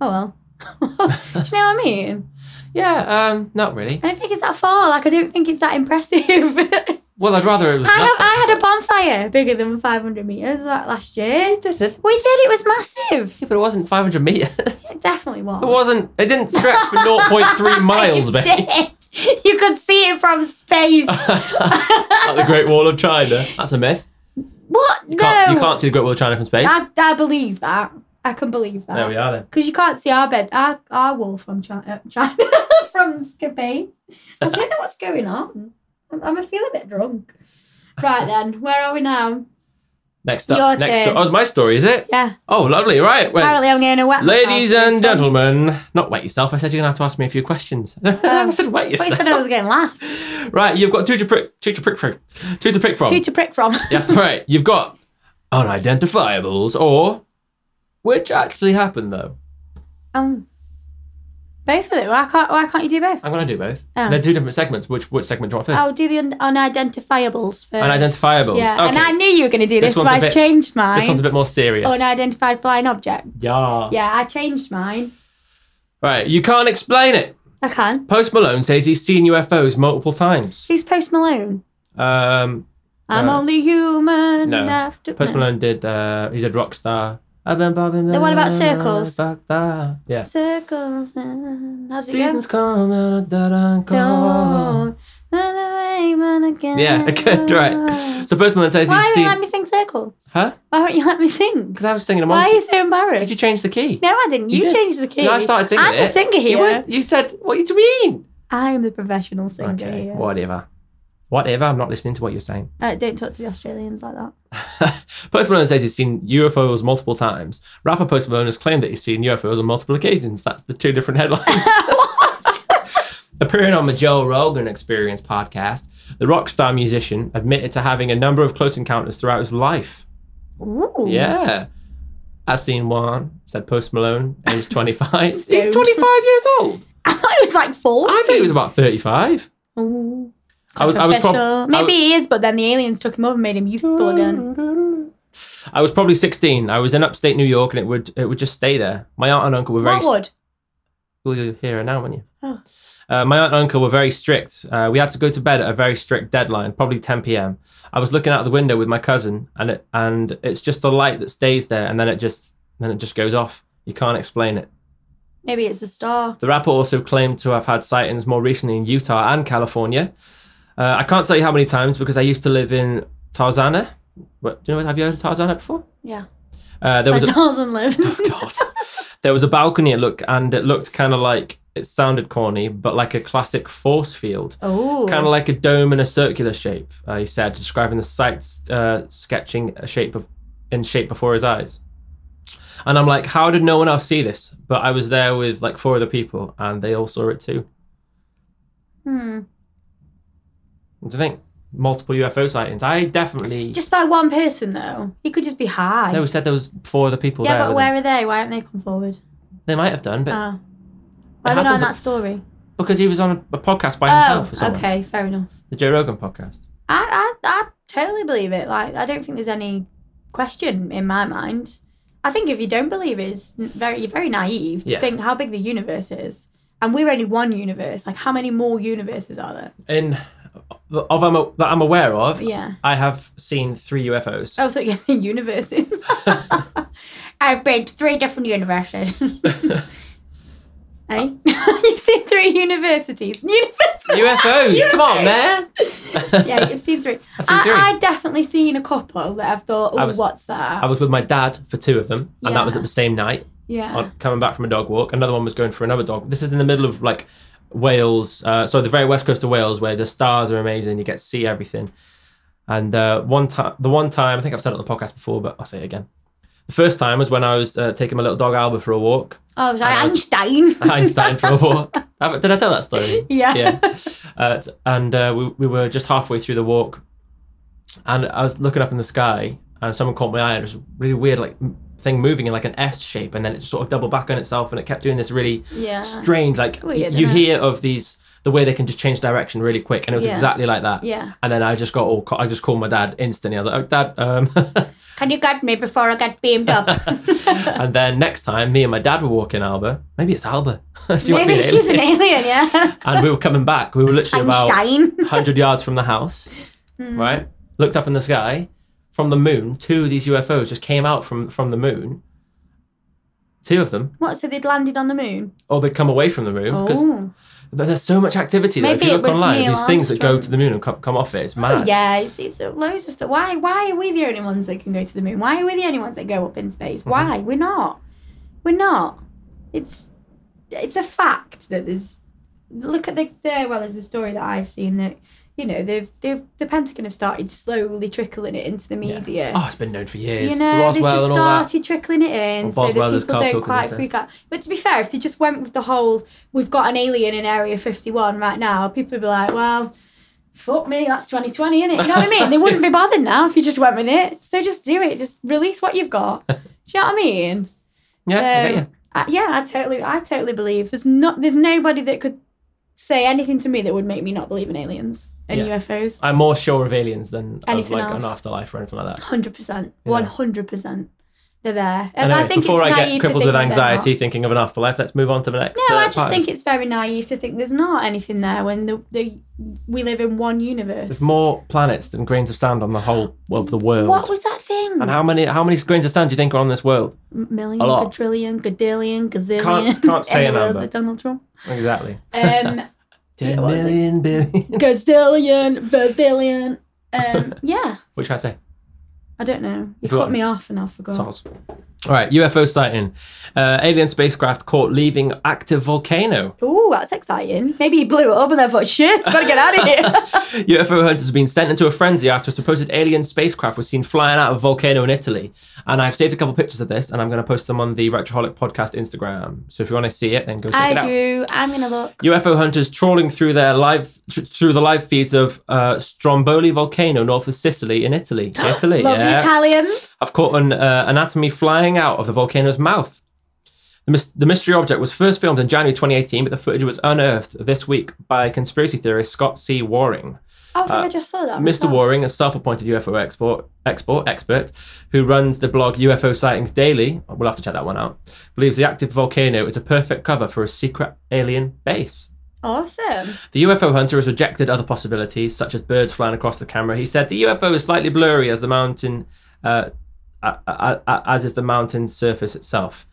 [SPEAKER 2] Oh well. (laughs) Do you know what I mean?
[SPEAKER 1] Yeah, um, not really.
[SPEAKER 2] I don't think it's that far. Like, I don't think it's that impressive. (laughs) I,
[SPEAKER 1] Well, I'd rather it was.
[SPEAKER 2] have,
[SPEAKER 1] nothing.
[SPEAKER 2] I had a bonfire bigger than 500 metres like last year.
[SPEAKER 1] Did it?
[SPEAKER 2] We said it was massive.
[SPEAKER 1] Yeah, but it wasn't 500 meters.
[SPEAKER 2] It definitely
[SPEAKER 1] It
[SPEAKER 2] was.
[SPEAKER 1] wasn't. It didn't stretch
[SPEAKER 2] (laughs)
[SPEAKER 1] for 0.3 miles,
[SPEAKER 2] It
[SPEAKER 1] babe.
[SPEAKER 2] did. You could see it
[SPEAKER 1] (laughs)
[SPEAKER 2] from space.
[SPEAKER 1] Like the Great Wall of China. That's a myth.
[SPEAKER 2] (laughs) what?
[SPEAKER 1] Can't-
[SPEAKER 2] no. Ah.
[SPEAKER 1] You can't see the Great Wall of China from space.
[SPEAKER 2] I, I believe that. I can believe
[SPEAKER 1] There
[SPEAKER 2] that.
[SPEAKER 1] we are then.
[SPEAKER 2] Because you can't see our bed, our, our wall from China, China (laughs) from Skibby. I don't know what's going on. I'm, I'm I feel a bit drunk. Right then, where are we now?
[SPEAKER 1] Next up.
[SPEAKER 2] Your
[SPEAKER 1] next
[SPEAKER 2] turn.
[SPEAKER 1] up. Oh, my story, is it?
[SPEAKER 2] Yeah,
[SPEAKER 1] Oh, lovely. Right. Well,
[SPEAKER 2] apparently I'm going to wet myself
[SPEAKER 1] ladies
[SPEAKER 2] for
[SPEAKER 1] and
[SPEAKER 2] this one.
[SPEAKER 1] gentlemen, not wet yourself. I said you're going to have to ask me a few questions. (laughs) I
[SPEAKER 2] Oh.
[SPEAKER 1] said wet
[SPEAKER 2] But you
[SPEAKER 1] yourself.
[SPEAKER 2] said I was getting laughed.
[SPEAKER 1] Right. You've got two to prick, two to prick from. Two to prick from.
[SPEAKER 2] Two to prick
[SPEAKER 1] (laughs)
[SPEAKER 2] from.
[SPEAKER 1] Yes, right. You've got unidentifiables or which actually happened though.
[SPEAKER 2] Um, both of it. Why can't Why can't you do both?
[SPEAKER 1] I'm gonna do both.
[SPEAKER 2] Oh.
[SPEAKER 1] They're two different segments. Which which segment do you want first?
[SPEAKER 2] I'll do the un- unidentifiables first.
[SPEAKER 1] Unidentifiables,
[SPEAKER 2] Yeah, and
[SPEAKER 1] okay.
[SPEAKER 2] I knew you were going to do
[SPEAKER 1] This
[SPEAKER 2] this, so
[SPEAKER 1] one's a
[SPEAKER 2] I
[SPEAKER 1] bit-
[SPEAKER 2] changed Oh, mine.
[SPEAKER 1] This one's a bit more serious.
[SPEAKER 2] Unidentified flying objects.
[SPEAKER 1] Yes.
[SPEAKER 2] Yeah, I changed mine.
[SPEAKER 1] Right. You can't explain it.
[SPEAKER 2] I can.
[SPEAKER 1] Post Malone says he's seen UFOs multiple times.
[SPEAKER 2] Who's Post Malone?
[SPEAKER 1] Um,
[SPEAKER 2] I'm
[SPEAKER 1] Uh,
[SPEAKER 2] only human
[SPEAKER 1] no.
[SPEAKER 2] enough to.
[SPEAKER 1] Post
[SPEAKER 2] no.
[SPEAKER 1] Malone did. Uh, he did Rockstar. I've been bobbing.
[SPEAKER 2] Hmm. The one about circles?
[SPEAKER 1] Rockstar. Yeah.
[SPEAKER 2] Circles. and- How's it
[SPEAKER 1] Seasons
[SPEAKER 2] go?
[SPEAKER 1] come and that I go.
[SPEAKER 2] Go. Run away, run again.
[SPEAKER 1] Yeah. (laughs) Good. Right. So Post Malone says
[SPEAKER 2] Why
[SPEAKER 1] he's
[SPEAKER 2] don't you
[SPEAKER 1] seen.
[SPEAKER 2] let me sing circles?
[SPEAKER 1] Huh?
[SPEAKER 2] Why won't you let me sing?
[SPEAKER 1] Because I was singing a
[SPEAKER 2] Why are
[SPEAKER 1] monkey.
[SPEAKER 2] you so embarrassed?
[SPEAKER 1] Did you change the key?
[SPEAKER 2] No, I didn't.
[SPEAKER 1] You
[SPEAKER 2] You,
[SPEAKER 1] did.
[SPEAKER 2] changed the key.
[SPEAKER 1] No, I started singing
[SPEAKER 2] I'm
[SPEAKER 1] it.
[SPEAKER 2] the singer
[SPEAKER 1] You,
[SPEAKER 2] here.
[SPEAKER 1] weren't- you said, "What do you mean?"
[SPEAKER 2] I am the professional singer
[SPEAKER 1] okay,
[SPEAKER 2] here.
[SPEAKER 1] whatever, whatever. I'm not listening to what you're saying.
[SPEAKER 2] Uh, don't talk to the Australians
[SPEAKER 1] (laughs)
[SPEAKER 2] like that. (laughs)
[SPEAKER 1] Post Malone says he's seen UFOs multiple times. Rapper Post Malone has claimed that he's seen UFOs on multiple occasions. That's the two different (laughs) headlines. Appearing on the Joe Rogan Experience podcast, the rock star musician admitted to having a number of close encounters throughout his life.
[SPEAKER 2] Ooh.
[SPEAKER 1] Yeah. I've seen one, said Post Malone,
[SPEAKER 2] (laughs)
[SPEAKER 1] aged 25. he's
[SPEAKER 2] Stoned.
[SPEAKER 1] 25 years old.
[SPEAKER 2] I thought it was like four.
[SPEAKER 1] I think it was about 35.
[SPEAKER 2] Ooh.
[SPEAKER 1] I was- I was prob-
[SPEAKER 2] Controversial. Maybe he is, but then the aliens took him up and made him youthful again.
[SPEAKER 1] I was probably 16. I was in upstate New York and it would it would just stay there. My aunt and uncle were very
[SPEAKER 2] What would?
[SPEAKER 1] Well, you're here and now, weren't you?
[SPEAKER 2] Oh.
[SPEAKER 1] Uh, my aunt and uncle were very strict. Uh, we had to go to bed at a very strict deadline, probably 10 p.m. I was looking out the window with my cousin, and it, and it's just a light that stays there, and then it just then it just goes off. You can't explain it.
[SPEAKER 2] Maybe it's a star.
[SPEAKER 1] The rapper also claimed to have had sightings more recently in Utah and California. Uh, I can't tell you how many times because I used to live in Tarzana. What, do you know? Have you heard of Tarzana before?
[SPEAKER 2] Yeah.
[SPEAKER 1] Uh, there
[SPEAKER 2] Where
[SPEAKER 1] was a,
[SPEAKER 2] dolls and lives.
[SPEAKER 1] (laughs) God. there was a balcony. It looked and it looked kind of like it sounded corny, but like a classic force field.
[SPEAKER 2] Oh.
[SPEAKER 1] Kind of like a dome in a circular shape, uh, he said, describing the site, uh, sketching a shape of, in shape before his eyes. And I'm like, how did no one else see this? But I was there with like four other people, and they all saw it too.
[SPEAKER 2] Hmm.
[SPEAKER 1] What do you think? Multiple UFO sightings. I definitely.
[SPEAKER 2] Just by one person though. He could just be high.
[SPEAKER 1] no, we said there was four other people
[SPEAKER 2] yeah,
[SPEAKER 1] there.
[SPEAKER 2] but
[SPEAKER 1] with
[SPEAKER 2] where
[SPEAKER 1] him.
[SPEAKER 2] are they? Why haven't they come forward?
[SPEAKER 1] They might have done, but
[SPEAKER 2] Oh. Why are they not
[SPEAKER 1] happens-
[SPEAKER 2] in that story?
[SPEAKER 1] because he was on a, a podcast by
[SPEAKER 2] Oh,
[SPEAKER 1] himself or something.
[SPEAKER 2] okay, fair enough.
[SPEAKER 1] The Joe Rogan podcast.
[SPEAKER 2] I, I I totally believe it. Like I don't think there's any question in my mind. I think if you don't believe it, it's n- very you're very naive to
[SPEAKER 1] Yeah.
[SPEAKER 2] think how big the universe is, and we're only one universe. Like how many more universes are there?
[SPEAKER 1] In of I'm a, that I'm aware of,
[SPEAKER 2] Yeah.
[SPEAKER 1] I have seen three UFOs.
[SPEAKER 2] Oh, I (laughs) thought you
[SPEAKER 1] (laughs)
[SPEAKER 2] said universes. I've been to three different universities.
[SPEAKER 1] (laughs) Uh.
[SPEAKER 2] hey, (laughs) you've seen three
[SPEAKER 1] (laughs)
[SPEAKER 2] universities. (laughs) Universities.
[SPEAKER 1] UFOs,
[SPEAKER 2] (laughs)
[SPEAKER 1] come on,
[SPEAKER 2] UFOs.
[SPEAKER 1] man.
[SPEAKER 2] (laughs) yeah, you've seen three.
[SPEAKER 1] I've seen
[SPEAKER 2] I,
[SPEAKER 1] three.
[SPEAKER 2] I've definitely seen a couple that I've thought,
[SPEAKER 1] I
[SPEAKER 2] oh,
[SPEAKER 1] was-
[SPEAKER 2] what's that?
[SPEAKER 1] I was with my dad for two of them, and that was
[SPEAKER 2] Yeah.
[SPEAKER 1] at the same night.
[SPEAKER 2] yeah.
[SPEAKER 1] On coming back from a dog walk, another one was going for another dog. This is in the middle of like Wales, uh, so the very west coast of Wales, where the stars are amazing. You get to see everything. And uh, one time, the one time I think I've said it on the podcast before, but I'll say it again. The first time was when I was uh, taking my little dog Albert for a walk,
[SPEAKER 2] Oh, was
[SPEAKER 1] I
[SPEAKER 2] that
[SPEAKER 1] was- (laughs)
[SPEAKER 2] Einstein?
[SPEAKER 1] Einstein for a walk. Have- Did I tell that story?
[SPEAKER 2] yeah.
[SPEAKER 1] yeah. Uh, s- and uh, we, we were just halfway through the walk, and I was looking up in the sky, and someone caught my eye, and it was a really weird, like m- thing moving in like an S shape, and then it just sort of doubled back on itself, and it kept doing this really
[SPEAKER 2] Yeah.
[SPEAKER 1] strange, like
[SPEAKER 2] It's Ah, weird,
[SPEAKER 1] y- you
[SPEAKER 2] isn't it?
[SPEAKER 1] hear of these the way they can just change direction really quick, and it was
[SPEAKER 2] Yeah.
[SPEAKER 1] exactly like that.
[SPEAKER 2] Yeah.
[SPEAKER 1] And then I just got all, ca- I just called my dad instantly. I was like, oh, Dad, um. (laughs)
[SPEAKER 2] Can you get me before I get beamed up? (laughs)
[SPEAKER 1] and then next time, me and my dad were walking Alba. Maybe it's Alba. (laughs) She might be
[SPEAKER 2] Maybe
[SPEAKER 1] an
[SPEAKER 2] she's an
[SPEAKER 1] alien.
[SPEAKER 2] alien, yeah.
[SPEAKER 1] And we were coming back. We were literally (laughs) about
[SPEAKER 2] Einstein. Hmm.
[SPEAKER 1] 100 yards from the house, right? Looked up in the sky. From the moon, two of these UFOs just came out from, from the moon. Two of them.
[SPEAKER 2] What? So they'd landed on the moon?
[SPEAKER 1] Or they come away from the moon. Because
[SPEAKER 2] Oh.
[SPEAKER 1] there's so much activity there. If
[SPEAKER 2] Maybe
[SPEAKER 1] you
[SPEAKER 2] it
[SPEAKER 1] look
[SPEAKER 2] was
[SPEAKER 1] online,
[SPEAKER 2] Neil
[SPEAKER 1] these things that go
[SPEAKER 2] Armstrong.
[SPEAKER 1] to the moon and come, come off it. It's
[SPEAKER 2] Oh,
[SPEAKER 1] mad.
[SPEAKER 2] yeah, you see so loads
[SPEAKER 1] Mm-hmm.
[SPEAKER 2] of stuff. Why? Why are we the only ones that can go to the moon? Why are we the only ones that go up in space? Why? We're not. We're not. It's it's a fact that there's. Look at the, the well. There's a story that I've seen that you know they've they've the Pentagon have started slowly trickling it into the
[SPEAKER 1] Yeah.
[SPEAKER 2] media.
[SPEAKER 1] Oh, it's been known for years.
[SPEAKER 2] You know,
[SPEAKER 1] Roswell
[SPEAKER 2] they've just
[SPEAKER 1] and all that.
[SPEAKER 2] started trickling it in,
[SPEAKER 1] Well,
[SPEAKER 2] so
[SPEAKER 1] Boswell,
[SPEAKER 2] that
[SPEAKER 1] there's
[SPEAKER 2] people don't
[SPEAKER 1] carpool
[SPEAKER 2] quite
[SPEAKER 1] committee.
[SPEAKER 2] freak out. But to be fair, if they just went with the whole "we've got an alien in Area 51 right now," people would be like, "Well, fuck me, that's 2020, innit?" You know what I mean? They
[SPEAKER 1] (laughs)
[SPEAKER 2] wouldn't be bothered now if you just went with it. So just do it. Just release what
[SPEAKER 1] (laughs)
[SPEAKER 2] you've got. do you know what I mean?
[SPEAKER 1] Yeah, I
[SPEAKER 2] So,
[SPEAKER 1] get you.
[SPEAKER 2] I, yeah, I totally, I totally believe. There's not, there's nobody that could say anything to me that would make me not believe in aliens and
[SPEAKER 1] Yeah.
[SPEAKER 2] UFOs.
[SPEAKER 1] I'm more sure of aliens than of
[SPEAKER 2] Anything
[SPEAKER 1] like
[SPEAKER 2] else.
[SPEAKER 1] an afterlife or anything like that.
[SPEAKER 2] Hundred percent,
[SPEAKER 1] Yeah.
[SPEAKER 2] one hundred percent. They're there, and
[SPEAKER 1] Anyway,
[SPEAKER 2] Um, I think
[SPEAKER 1] before
[SPEAKER 2] it's
[SPEAKER 1] I
[SPEAKER 2] naive
[SPEAKER 1] get crippled
[SPEAKER 2] to
[SPEAKER 1] with
[SPEAKER 2] think that they're not.
[SPEAKER 1] anxiety thinking of an afterlife, let's move on to the next.
[SPEAKER 2] No,
[SPEAKER 1] uh,
[SPEAKER 2] I just
[SPEAKER 1] part.
[SPEAKER 2] think it's very naive to think there's not anything there when the, the we live in one
[SPEAKER 1] there's
[SPEAKER 2] universe.
[SPEAKER 1] more planets than grains of sand on the whole of the world.
[SPEAKER 2] What was that thing?
[SPEAKER 1] and how many how many grains of sand do you think are on this world?
[SPEAKER 2] M- Million,
[SPEAKER 1] A lot.
[SPEAKER 2] quadrillion, gazillion, gazillion.
[SPEAKER 1] Can't-
[SPEAKER 2] (laughs)
[SPEAKER 1] can't say
[SPEAKER 2] in
[SPEAKER 1] a
[SPEAKER 2] the words
[SPEAKER 1] number.
[SPEAKER 2] of Donald Trump.
[SPEAKER 1] Exactly.
[SPEAKER 2] Um,
[SPEAKER 1] Ten
[SPEAKER 2] what was it?
[SPEAKER 1] million billion. (laughs)
[SPEAKER 2] (laughs) gazillion, bazillion. Um, yeah,
[SPEAKER 1] What should I say?
[SPEAKER 2] I don't know. You
[SPEAKER 1] Go
[SPEAKER 2] cut
[SPEAKER 1] on.
[SPEAKER 2] me off and I forgot.
[SPEAKER 1] Soz. All right, UFO sighting. Uh, alien spacecraft caught leaving active volcano.
[SPEAKER 2] Ooh, that's exciting. Maybe he blew it up and they thought, shit, gotta get out
[SPEAKER 1] (laughs)
[SPEAKER 2] of here.
[SPEAKER 1] UFO hunters have been sent into a frenzy after a supposed alien spacecraft was seen flying out of a volcano in Italy. And I've saved a couple pictures of this, and I'm going to post them on the Retroholic podcast Instagram. So if you want to see it, then go check it
[SPEAKER 2] I
[SPEAKER 1] out.
[SPEAKER 2] do. I'm gonna look.
[SPEAKER 1] UFO hunters trawling through their live thr- through the live feeds of uh, Stromboli volcano north of Sicily in Italy. Italy,
[SPEAKER 2] Love
[SPEAKER 1] yeah.
[SPEAKER 2] the Italians.
[SPEAKER 1] I've caught an uh, anatomy flying out of the volcano's mouth. The, mys- the mystery object was first filmed in January 2018, but the footage was unearthed this week by conspiracy theorist Scott C. Waring.
[SPEAKER 2] Oh, I think
[SPEAKER 1] Uh,
[SPEAKER 2] I just saw that.
[SPEAKER 1] Mr.
[SPEAKER 2] myself.
[SPEAKER 1] Waring, a self-appointed UFO export export expert who runs the blog UFO Sightings Daily, we'll have to check that one out, believes the active volcano is a perfect cover for a secret alien base.
[SPEAKER 2] Awesome.
[SPEAKER 1] The UFO hunter has rejected other possibilities, such as birds flying across the camera. He said the UFO is slightly blurry as the mountain, uh, a- a- a- as is the mountain surface itself.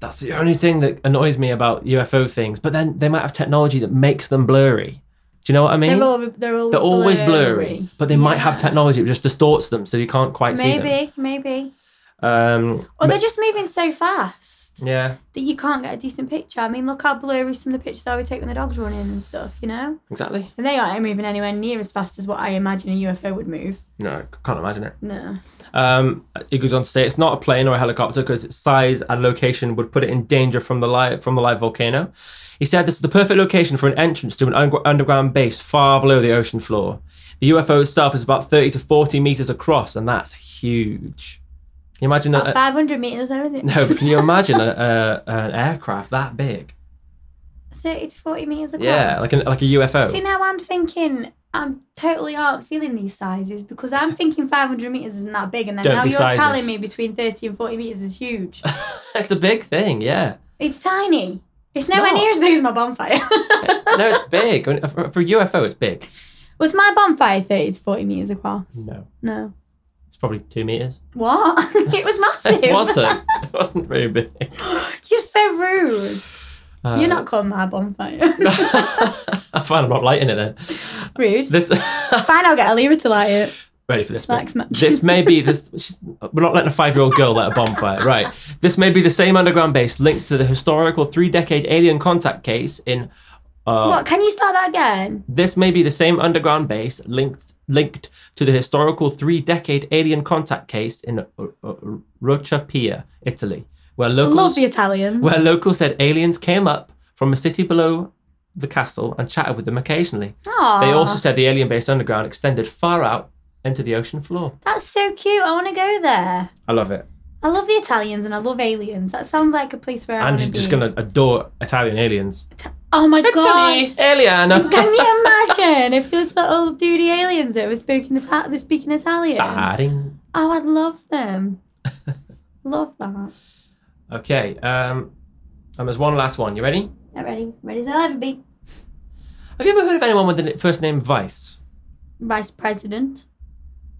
[SPEAKER 1] That's the only thing that annoys me about UFO things. But then they might have technology that makes them blurry. Do you know what I mean?
[SPEAKER 2] They're all they're always,
[SPEAKER 1] They're always blurry,
[SPEAKER 2] blurry.
[SPEAKER 1] but they might have
[SPEAKER 2] Yeah.
[SPEAKER 1] technology that just distorts them, so you can't quite see
[SPEAKER 2] Maybe, maybe.
[SPEAKER 1] them. Um,
[SPEAKER 2] Or they're just moving so fast
[SPEAKER 1] yeah,
[SPEAKER 2] that you can't get a decent picture. I mean, look how blurry some of the pictures are we take when the dog's running and stuff, you know?
[SPEAKER 1] exactly.
[SPEAKER 2] And they aren't moving anywhere near as fast as what I imagine a UFO would move.
[SPEAKER 1] No, I can't imagine it.
[SPEAKER 2] No.
[SPEAKER 1] Um, it goes on to say it's not a plane or a helicopter because its size and location would put it in danger from the live from the live volcano. He said this is the perfect location for an entrance to an un- underground base far below the ocean floor. The UFO itself is about thirty to forty meters across, and that's huge. Can you imagine
[SPEAKER 2] About
[SPEAKER 1] that?
[SPEAKER 2] 500 metres, I think.
[SPEAKER 1] uh, (laughs) no, but can
[SPEAKER 2] (laughs)
[SPEAKER 1] you imagine a, a, an aircraft that big?
[SPEAKER 2] 30 to 40 metres across.
[SPEAKER 1] Yeah, like an, like a UFO.
[SPEAKER 2] See, now I'm thinking, I'm totally aren't feeling these sizes because I'm thinking 500 metres isn't that big. And then
[SPEAKER 1] Don't
[SPEAKER 2] now
[SPEAKER 1] be
[SPEAKER 2] you're telling
[SPEAKER 1] sizes.
[SPEAKER 2] me between 30 and 40 metres is huge.
[SPEAKER 1] (laughs) it's a big thing, yeah.
[SPEAKER 2] it's tiny. It's nowhere
[SPEAKER 1] not.
[SPEAKER 2] near as big as
[SPEAKER 1] (laughs)
[SPEAKER 2] my bonfire.
[SPEAKER 1] No, it's big (laughs) for, for a UFO. It's big.
[SPEAKER 2] Was my bonfire 30 to 40 metres across?
[SPEAKER 1] No,
[SPEAKER 2] No.
[SPEAKER 1] it's probably two meters.
[SPEAKER 2] What? (laughs) it was massive.
[SPEAKER 1] It wasn't. It wasn't very big.
[SPEAKER 2] (laughs) You're so rude.
[SPEAKER 1] Uh,
[SPEAKER 2] You're not calling my bonfire.
[SPEAKER 1] (laughs)
[SPEAKER 2] (laughs)
[SPEAKER 1] I find I'm not lighting it then.
[SPEAKER 2] rude.
[SPEAKER 1] This (laughs)
[SPEAKER 2] It's fine, I'll get a lever to light it.
[SPEAKER 1] ready for this bit.
[SPEAKER 2] Thanks, much.
[SPEAKER 1] This may be this. She's, we're not letting a five-year-old girl light a bonfire, right? This may be the same underground base linked to the historical three-decade alien contact case in. Uh,
[SPEAKER 2] (laughs) What? Can you start that again?
[SPEAKER 1] This may be the same underground base linked linked to the historical three-decade alien contact case in uh, uh, Roccapia, Italy, where locals
[SPEAKER 2] Love the Italians.
[SPEAKER 1] where locals said aliens came up from a city below the castle and chatted with them occasionally.
[SPEAKER 2] Aw,
[SPEAKER 1] They also said the alien base underground extended far out into the ocean floor.
[SPEAKER 2] That's so cute. I want to go there.
[SPEAKER 1] I love it.
[SPEAKER 2] I love the Italians and I love aliens. That sounds like a place where I
[SPEAKER 1] and
[SPEAKER 2] want
[SPEAKER 1] you're
[SPEAKER 2] to be.
[SPEAKER 1] just gonna adore Italian aliens.
[SPEAKER 2] Oh my god.
[SPEAKER 1] Italy, Eliana. (laughs)
[SPEAKER 2] Can you imagine if those little duty aliens that were speaking, Ita- they're speaking Italian?
[SPEAKER 1] Ba-ding.
[SPEAKER 2] Oh, I'd love
[SPEAKER 1] (laughs)
[SPEAKER 2] them. love that.
[SPEAKER 1] Okay. Um, and there's one last one. You ready?
[SPEAKER 2] Yeah, ready? Ready as I'll ever be.
[SPEAKER 1] Have you ever heard of anyone with the first name Vice?
[SPEAKER 2] Vice President,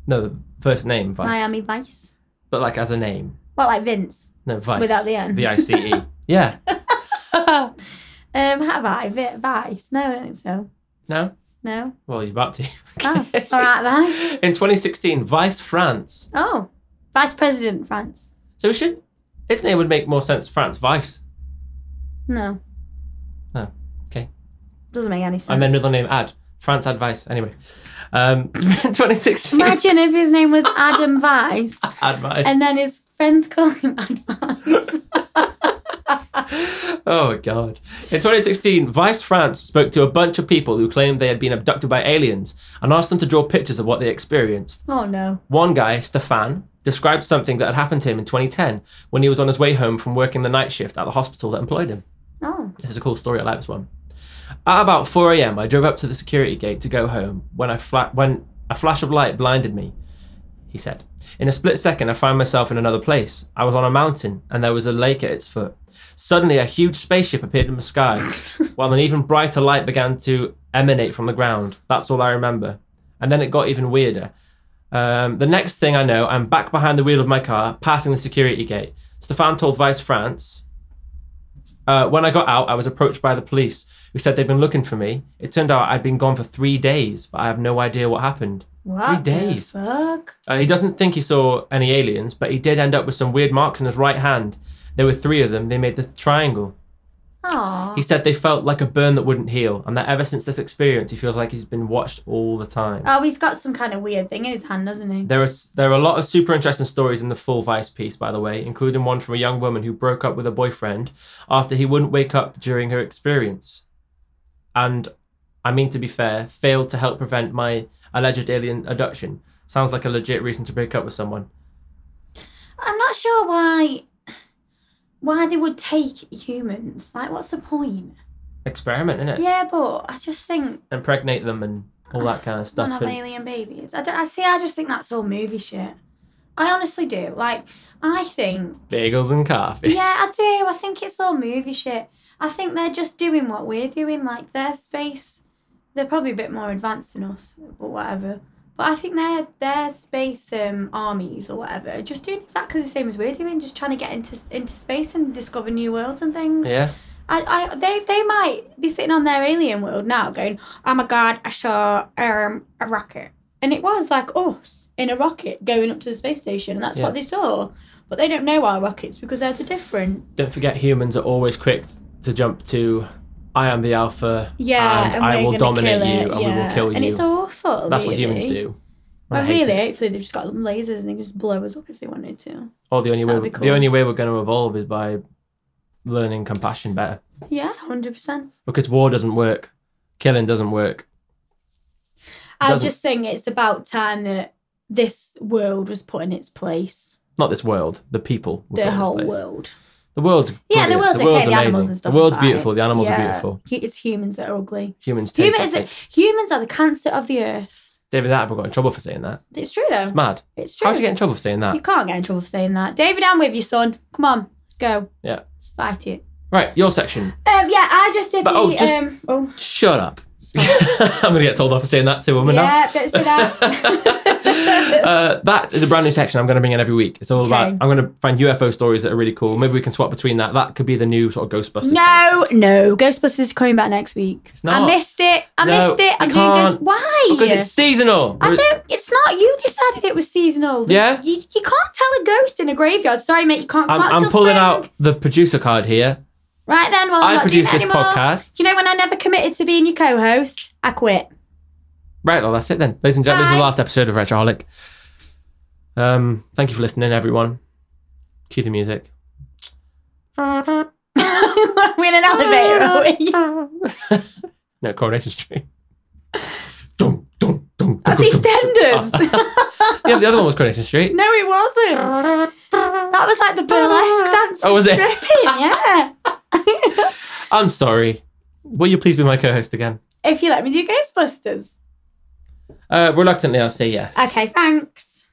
[SPEAKER 1] No, the first name Vice.
[SPEAKER 2] Miami Vice.
[SPEAKER 1] But like as a name.
[SPEAKER 2] Well,
[SPEAKER 1] (laughs)
[SPEAKER 2] like Vince.
[SPEAKER 1] No, Vice.
[SPEAKER 2] Without the N.
[SPEAKER 1] V I C E.
[SPEAKER 2] (laughs)
[SPEAKER 1] Yeah.
[SPEAKER 2] Um, have I? Vi- Vice? No, I don't think so.
[SPEAKER 1] No.
[SPEAKER 2] No.
[SPEAKER 1] Well, you're about to. (laughs)
[SPEAKER 2] Oh, all right, Vice.
[SPEAKER 1] In 2016, Vice France.
[SPEAKER 2] Oh, Vice President France.
[SPEAKER 1] So we should Its name would make more sense France Vice.
[SPEAKER 2] No.
[SPEAKER 1] Oh, okay.
[SPEAKER 2] Doesn't make any sense.
[SPEAKER 1] And then another name, Ad. France Ad Vice. Anyway. Um, (laughs) 2016.
[SPEAKER 2] Imagine if his
[SPEAKER 1] (laughs)
[SPEAKER 2] name was Adam Vice,
[SPEAKER 1] Ad Vice.
[SPEAKER 2] and then his friends call him (laughs) Ad Vice.
[SPEAKER 1] (laughs) oh god. In 2016, Vice France spoke to a bunch of people who claimed they had been abducted by aliens and asked them to draw pictures of what they experienced.
[SPEAKER 2] Oh no.
[SPEAKER 1] One guy, Stefan, described something that had happened to him in 2010 when he was on his way home from working the night shift at the hospital that employed him.
[SPEAKER 2] Oh.
[SPEAKER 1] This is a cool story. I like this one. At about 4 a.m., I drove up to the security gate to go home when I fla- when a flash of light blinded me. He said. In a split second, I found myself in another place. I was on a mountain, and there was a lake at its foot. Suddenly, a huge spaceship appeared in the sky, while an even brighter light began to emanate from the ground. That's all I remember. And then it got even weirder. Um, the next thing I know, I'm back behind the wheel of my car, passing the security gate. Stefan told Vice France, uh, when I got out, I was approached by the police, who said they'd been looking for me. It turned out I'd been gone for three days, but I have no idea what happened.
[SPEAKER 2] What the
[SPEAKER 1] days.
[SPEAKER 2] fuck?
[SPEAKER 1] Uh, he doesn't think he saw any aliens, but he did end up with some weird marks in his right hand. There were three of them. They made the triangle.
[SPEAKER 2] Aw.
[SPEAKER 1] He said they felt like a burn that wouldn't heal, and that ever since this experience, he feels like he's been watched all the time.
[SPEAKER 2] Oh, he's got some kind of weird thing in his hand, doesn't he?
[SPEAKER 1] There are s- there are a lot of super interesting stories in the full Vice piece, by the way, including one from a young woman who broke up with a boyfriend after he wouldn't wake up during her experience, and I mean to be fair, failed to help prevent my alleged alien abduction. Sounds like a legit reason to break up with someone.
[SPEAKER 2] I'm not sure why why they would take humans. Like what's the point?
[SPEAKER 1] Experiment, innit?
[SPEAKER 2] Yeah, but I just think
[SPEAKER 1] impregnate them and all that kind of
[SPEAKER 2] one
[SPEAKER 1] stuff.
[SPEAKER 2] of
[SPEAKER 1] And
[SPEAKER 2] alien babies. I, d- I see I just think that's all movie shit. I honestly do. Like I think
[SPEAKER 1] bagels and coffee.
[SPEAKER 2] yeah, I do. I think it's all movie shit. I think they're just doing what we're doing, like their space. They're probably a bit more advanced than us, but whatever. But I think their their space um, armies or whatever are just doing exactly the same as we're doing, just trying to get into into space and discover new worlds and things.
[SPEAKER 1] Yeah.
[SPEAKER 2] I, I they they might be sitting on their alien world now, going, "Oh my god, I saw um a rocket," and it was like us in a rocket going up to the space station, and that's
[SPEAKER 1] Yeah.
[SPEAKER 2] what they saw. But they don't know our rockets because theirs are different.
[SPEAKER 1] Don't forget, humans are always quick to jump to, I am the alpha.
[SPEAKER 2] Yeah,
[SPEAKER 1] and,
[SPEAKER 2] and
[SPEAKER 1] I
[SPEAKER 2] we're
[SPEAKER 1] will
[SPEAKER 2] gonna
[SPEAKER 1] dominate
[SPEAKER 2] kill it,
[SPEAKER 1] you, and we will
[SPEAKER 2] yeah.
[SPEAKER 1] kill you.
[SPEAKER 2] And it's awful.
[SPEAKER 1] That's what
[SPEAKER 2] really.
[SPEAKER 1] humans do.
[SPEAKER 2] But
[SPEAKER 1] hate
[SPEAKER 2] really,
[SPEAKER 1] it.
[SPEAKER 2] hopefully they've just got them lasers and they can just blow us up if they wanted to.
[SPEAKER 1] Or the only way
[SPEAKER 2] that'd be
[SPEAKER 1] the
[SPEAKER 2] cool.
[SPEAKER 1] only way we're going to evolve is by learning compassion better,
[SPEAKER 2] Yeah, hundred percent.
[SPEAKER 1] because war doesn't work, killing doesn't work.
[SPEAKER 2] I
[SPEAKER 1] Doesn't-
[SPEAKER 2] just think it's about time that this world was put in its place.
[SPEAKER 1] Not this world, the people. were put
[SPEAKER 2] The
[SPEAKER 1] in this
[SPEAKER 2] whole
[SPEAKER 1] place.
[SPEAKER 2] world.
[SPEAKER 1] The world's
[SPEAKER 2] Yeah, the
[SPEAKER 1] brilliant.
[SPEAKER 2] world's, okay. The animals
[SPEAKER 1] amazing.
[SPEAKER 2] and stuff.
[SPEAKER 1] The world's
[SPEAKER 2] are fine.
[SPEAKER 1] beautiful. The animals
[SPEAKER 2] Yeah.
[SPEAKER 1] are beautiful.
[SPEAKER 2] Hu- It's humans that are ugly.
[SPEAKER 1] Humans take.
[SPEAKER 2] Humans,
[SPEAKER 1] it.
[SPEAKER 2] humans are the cancer of the earth.
[SPEAKER 1] David Attenborough got in trouble for saying that.
[SPEAKER 2] It's true though.
[SPEAKER 1] It's mad.
[SPEAKER 2] It's true.
[SPEAKER 1] How'd you get in trouble for saying that?
[SPEAKER 2] You can't get in trouble for saying that. David, I'm with you, son. Come on, let's go.
[SPEAKER 1] Yeah.
[SPEAKER 2] Let's fight it.
[SPEAKER 1] Right, your section.
[SPEAKER 2] Um, yeah, I just did
[SPEAKER 1] But,
[SPEAKER 2] the
[SPEAKER 1] oh, just-
[SPEAKER 2] um. Oh,
[SPEAKER 1] Shut up. (laughs) I'm going to get told off for saying that to a woman now.
[SPEAKER 2] yeah, don't say that.
[SPEAKER 1] (laughs)
[SPEAKER 2] (laughs)
[SPEAKER 1] uh, that is a brand new section I'm going to bring in every week. It's all about,
[SPEAKER 2] Okay.
[SPEAKER 1] I'm going to find UFO stories that are really cool. Maybe we can swap between that. That could be the new sort of Ghostbusters.
[SPEAKER 2] no, no. Ghostbusters is coming back next week.
[SPEAKER 1] It's not.
[SPEAKER 2] I missed it. I
[SPEAKER 1] No,
[SPEAKER 2] missed it.
[SPEAKER 1] you
[SPEAKER 2] I'm doing Ghost.
[SPEAKER 1] can't.
[SPEAKER 2] Why?
[SPEAKER 1] Because it's seasonal.
[SPEAKER 2] I
[SPEAKER 1] We're-
[SPEAKER 2] don't. It's not. You decided it was seasonal.
[SPEAKER 1] Yeah?
[SPEAKER 2] You, you can't tell a ghost in a graveyard. Sorry, mate. You can't.
[SPEAKER 1] I'm,
[SPEAKER 2] come out
[SPEAKER 1] I'm
[SPEAKER 2] till
[SPEAKER 1] pulling
[SPEAKER 2] spring.
[SPEAKER 1] out the producer card here.
[SPEAKER 2] Right then, well, I'm
[SPEAKER 1] I
[SPEAKER 2] not doing
[SPEAKER 1] produce
[SPEAKER 2] it
[SPEAKER 1] this
[SPEAKER 2] anymore.
[SPEAKER 1] podcast.
[SPEAKER 2] Do you know when I never committed to being your co-host? I quit. (laughs)
[SPEAKER 1] Right, well, that's it then. Ladies and gentlemen, this is the
[SPEAKER 2] Bye.
[SPEAKER 1] last episode of Retroholic. Um, thank you for listening, everyone. Cue the music.
[SPEAKER 2] We're in an elevator, are
[SPEAKER 1] (laughs)
[SPEAKER 2] we?
[SPEAKER 1] No, Coronation Street. (laughs) Dum, dum, dum,
[SPEAKER 2] That's
[SPEAKER 1] dum, dum, dum. (laughs)
[SPEAKER 2] EastEnders.
[SPEAKER 1] yeah, the other one
[SPEAKER 2] (laughs)
[SPEAKER 1] was Coronation Street.
[SPEAKER 2] no, it wasn't. That was like the burlesque dance.
[SPEAKER 1] Oh, was it?
[SPEAKER 2] Stripping, yeah.
[SPEAKER 1] I'm sorry. Will you please be my co-host again?
[SPEAKER 2] If you let me do Ghostbusters.
[SPEAKER 1] Uh, reluctantly, I'll say yes.
[SPEAKER 2] Okay, thanks.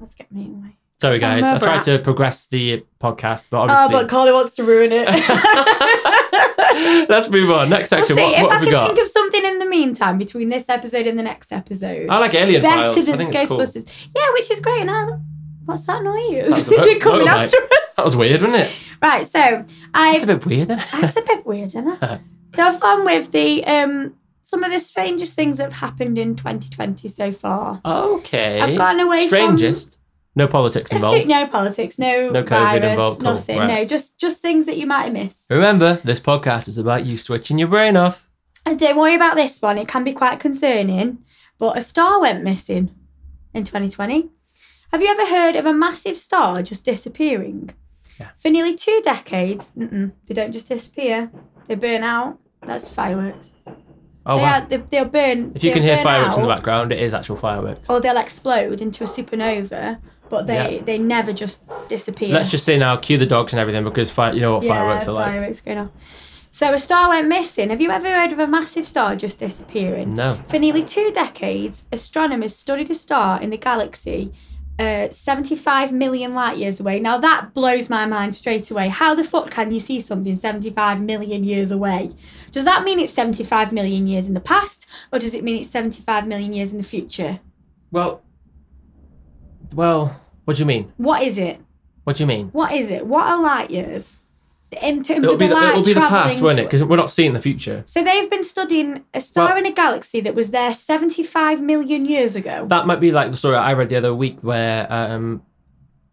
[SPEAKER 2] Let's get me away.
[SPEAKER 1] Sorry, guys. I
[SPEAKER 2] Remember
[SPEAKER 1] tried to progress the podcast, but
[SPEAKER 2] Oh, but
[SPEAKER 1] obviously.
[SPEAKER 2] Carly wants to ruin
[SPEAKER 1] (laughs)
[SPEAKER 2] it. (laughs)
[SPEAKER 1] Let's move on. Next
[SPEAKER 2] we'll see
[SPEAKER 1] section. what
[SPEAKER 2] if
[SPEAKER 1] what
[SPEAKER 2] I
[SPEAKER 1] have we
[SPEAKER 2] can
[SPEAKER 1] got?
[SPEAKER 2] think of something in the meantime between this episode and the next episode.
[SPEAKER 1] I like Alien
[SPEAKER 2] Better
[SPEAKER 1] Files. I
[SPEAKER 2] than
[SPEAKER 1] think it's cool.
[SPEAKER 2] Ghostbusters. Yeah, which is great. And I, what's that
[SPEAKER 1] That's
[SPEAKER 2] noise? (laughs)
[SPEAKER 1] a mo-
[SPEAKER 2] They're coming
[SPEAKER 1] motorbike.
[SPEAKER 2] after us.
[SPEAKER 1] That was weird, wasn't it?
[SPEAKER 2] Right, so
[SPEAKER 1] It's a
[SPEAKER 2] I've
[SPEAKER 1] bit (laughs) weird. Then.
[SPEAKER 2] that's a bit weird,
[SPEAKER 1] (laughs)
[SPEAKER 2] isn't it? so I've gone with the um some of the strangest things that have happened in 2020 so far.
[SPEAKER 1] okay.
[SPEAKER 2] I've gone away from-
[SPEAKER 1] Eh? Strangest. No politics involved.
[SPEAKER 2] (laughs) no politics, no,
[SPEAKER 1] No COVID
[SPEAKER 2] virus,
[SPEAKER 1] involved, cool,
[SPEAKER 2] nothing.
[SPEAKER 1] right.
[SPEAKER 2] No, just just things that you might have missed.
[SPEAKER 1] Remember, this podcast is about you switching your brain off.
[SPEAKER 2] And Uh, don't worry about this one; it can be quite concerning. But a star went missing in 2020. Have you ever heard of a massive star just disappearing?
[SPEAKER 1] Yeah.
[SPEAKER 2] For nearly two decades, mm-mm, they don't just disappear; they burn out. That's fireworks.
[SPEAKER 1] Oh
[SPEAKER 2] they
[SPEAKER 1] wow!
[SPEAKER 2] are, they, they'll burn.
[SPEAKER 1] If you
[SPEAKER 2] they'll
[SPEAKER 1] can hear
[SPEAKER 2] burn
[SPEAKER 1] fireworks in
[SPEAKER 2] out.
[SPEAKER 1] the background, it is actual fireworks.
[SPEAKER 2] or they'll explode into a supernova, but they they never just disappear.
[SPEAKER 1] Let's just say now, cue the dogs and everything because fire, you know what
[SPEAKER 2] yeah,
[SPEAKER 1] fireworks are like.
[SPEAKER 2] fireworks going off. So a star went missing. Have you ever heard of a massive star just disappearing?
[SPEAKER 1] No.
[SPEAKER 2] For nearly two decades, astronomers studied a star in the galaxy. Uh, 75 million light years away. Now that blows my mind straight away. How the fuck can you see something 75 million years away? Does that mean it's 75 million years in the past, or does it mean it's 75 million years in the future?
[SPEAKER 1] Well, well, what do you mean?
[SPEAKER 2] What is it?
[SPEAKER 1] What do you mean?
[SPEAKER 2] What is it? What are light years? In terms
[SPEAKER 1] It'll
[SPEAKER 2] of the,
[SPEAKER 1] be the,
[SPEAKER 2] light
[SPEAKER 1] it'll be the past,
[SPEAKER 2] travelling
[SPEAKER 1] won't it?
[SPEAKER 2] to-
[SPEAKER 1] Because we're not seeing the future.
[SPEAKER 2] So they've been studying a star
[SPEAKER 1] Well-
[SPEAKER 2] in a galaxy that was there 75 million years ago.
[SPEAKER 1] That might be like the story I read the other week where um,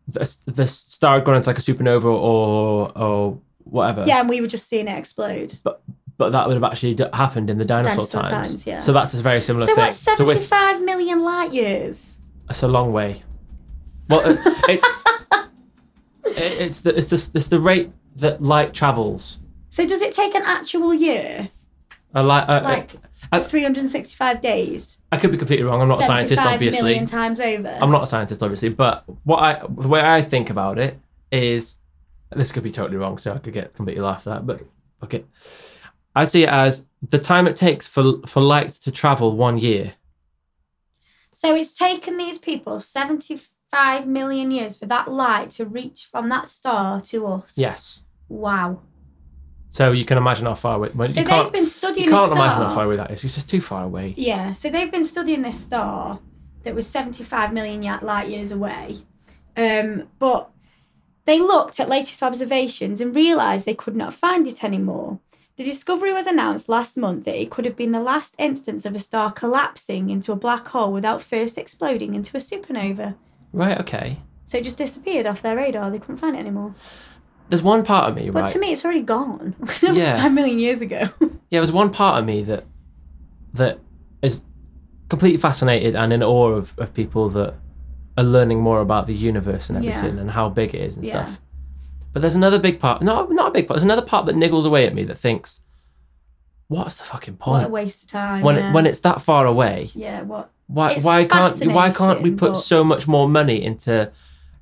[SPEAKER 1] the, the star had gone into like a supernova or or whatever.
[SPEAKER 2] yeah, and we were just seeing it explode.
[SPEAKER 1] But that would have actually d- happened in the dinosaur,
[SPEAKER 2] Dinosaur
[SPEAKER 1] times.
[SPEAKER 2] times, yeah.
[SPEAKER 1] So that's a very similar
[SPEAKER 2] So
[SPEAKER 1] thing.
[SPEAKER 2] what's
[SPEAKER 1] so we're,
[SPEAKER 2] 75 million light years?
[SPEAKER 1] it's a long way. Well,
[SPEAKER 2] (laughs)
[SPEAKER 1] uh, it's it- it's the it's the, it's the rate that light travels.
[SPEAKER 2] So does it take an actual year?
[SPEAKER 1] A light, uh,
[SPEAKER 2] Like
[SPEAKER 1] I-
[SPEAKER 2] 365 days?
[SPEAKER 1] I could be completely wrong. I'm not a scientist,
[SPEAKER 2] 75
[SPEAKER 1] obviously.
[SPEAKER 2] million times over.
[SPEAKER 1] I'm not a scientist, obviously, but what I the way I think about it is this could be totally wrong, so I could get completely laughed at, but okay. I see it as the time it takes for for light to travel one year.
[SPEAKER 2] so it's taken these people 75 million years for that light to reach from that star to us.
[SPEAKER 1] Yes.
[SPEAKER 2] Wow.
[SPEAKER 1] So you can imagine how far away. Well,
[SPEAKER 2] So
[SPEAKER 1] you
[SPEAKER 2] they've
[SPEAKER 1] can't,
[SPEAKER 2] been
[SPEAKER 1] you
[SPEAKER 2] studying a
[SPEAKER 1] can't
[SPEAKER 2] star.
[SPEAKER 1] imagine how far away that is. It's just too far away.
[SPEAKER 2] Yeah, so they've been studying this star that was 75 million y- light years away. Um, but they looked at latest observations and realised they could not find it anymore. The discovery was announced last month that it could have been the last instance of a star collapsing into a black hole without first exploding into a supernova.
[SPEAKER 1] Right. Okay.
[SPEAKER 2] So it just disappeared off their radar. They couldn't find it anymore.
[SPEAKER 1] There's one part of me,
[SPEAKER 2] But
[SPEAKER 1] right?
[SPEAKER 2] to me, it's already gone. (laughs) 75 million years ago. (laughs)
[SPEAKER 1] yeah, there's one part of me that that is completely fascinated and in awe of, of people that are learning more about the universe and
[SPEAKER 2] Yeah.
[SPEAKER 1] everything and how big it is and
[SPEAKER 2] Yeah.
[SPEAKER 1] stuff. But there's another big part, no, not a big part. There's another part that niggles away at me that thinks, "What's the fucking
[SPEAKER 2] what a
[SPEAKER 1] point
[SPEAKER 2] waste of time.
[SPEAKER 1] when
[SPEAKER 2] yeah.
[SPEAKER 1] it, when it's that far away?
[SPEAKER 2] yeah, what?
[SPEAKER 1] Why
[SPEAKER 2] It's
[SPEAKER 1] why can't why can't we
[SPEAKER 2] fascinating,
[SPEAKER 1] put
[SPEAKER 2] but-
[SPEAKER 1] so much more money into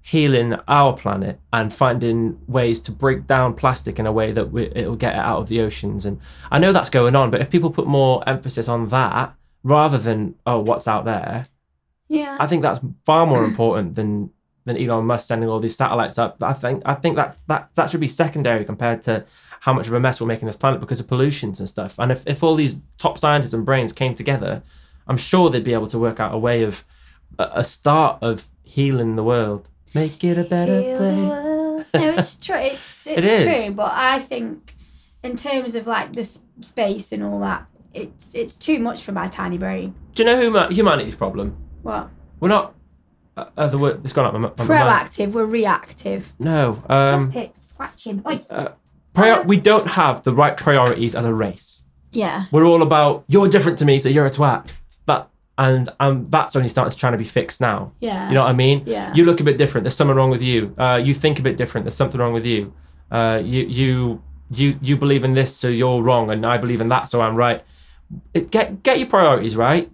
[SPEAKER 1] healing our planet and finding ways to break down plastic in a way that we, it'll get it out of the oceans? And I know that's going on, but if people put more emphasis on that rather than oh what's out there,
[SPEAKER 2] Yeah.
[SPEAKER 1] I think that's far more important than than Elon Musk sending all these satellites up. I think I think that that that should be secondary compared to how much of a mess we're making this planet because of pollutions and stuff. And if, if all these top scientists and brains came together, I'm sure they'd be able to work out a way of a, a start of healing the world, make it a better
[SPEAKER 2] Heal the
[SPEAKER 1] place.
[SPEAKER 2] world. No,
[SPEAKER 1] (laughs)
[SPEAKER 2] it's true. It's, it's
[SPEAKER 1] is.
[SPEAKER 2] true, but I think in terms of like the s- space and all that, it's it's too much for my tiny brain.
[SPEAKER 1] Do you know who humanity's problem?
[SPEAKER 2] What
[SPEAKER 1] We're not. Uh, uh, the word it's gone up my, mu- my mind.
[SPEAKER 2] proactive? We're reactive.
[SPEAKER 1] No, um, uh,
[SPEAKER 2] Stop it scratching. Oi.
[SPEAKER 1] prior- we don't have the right priorities as a race.
[SPEAKER 2] Yeah,
[SPEAKER 1] we're all about you're different to me, so you're a twat. That and um, that's only starting trying to be fixed now.
[SPEAKER 2] yeah.
[SPEAKER 1] You know what I mean?
[SPEAKER 2] Yeah.
[SPEAKER 1] You look a bit different. There's something wrong with you. Uh, you think a bit different. There's something wrong with you. Uh, you you you you believe in this, so you're wrong, and I believe in that, so I'm right. It, get get your priorities right.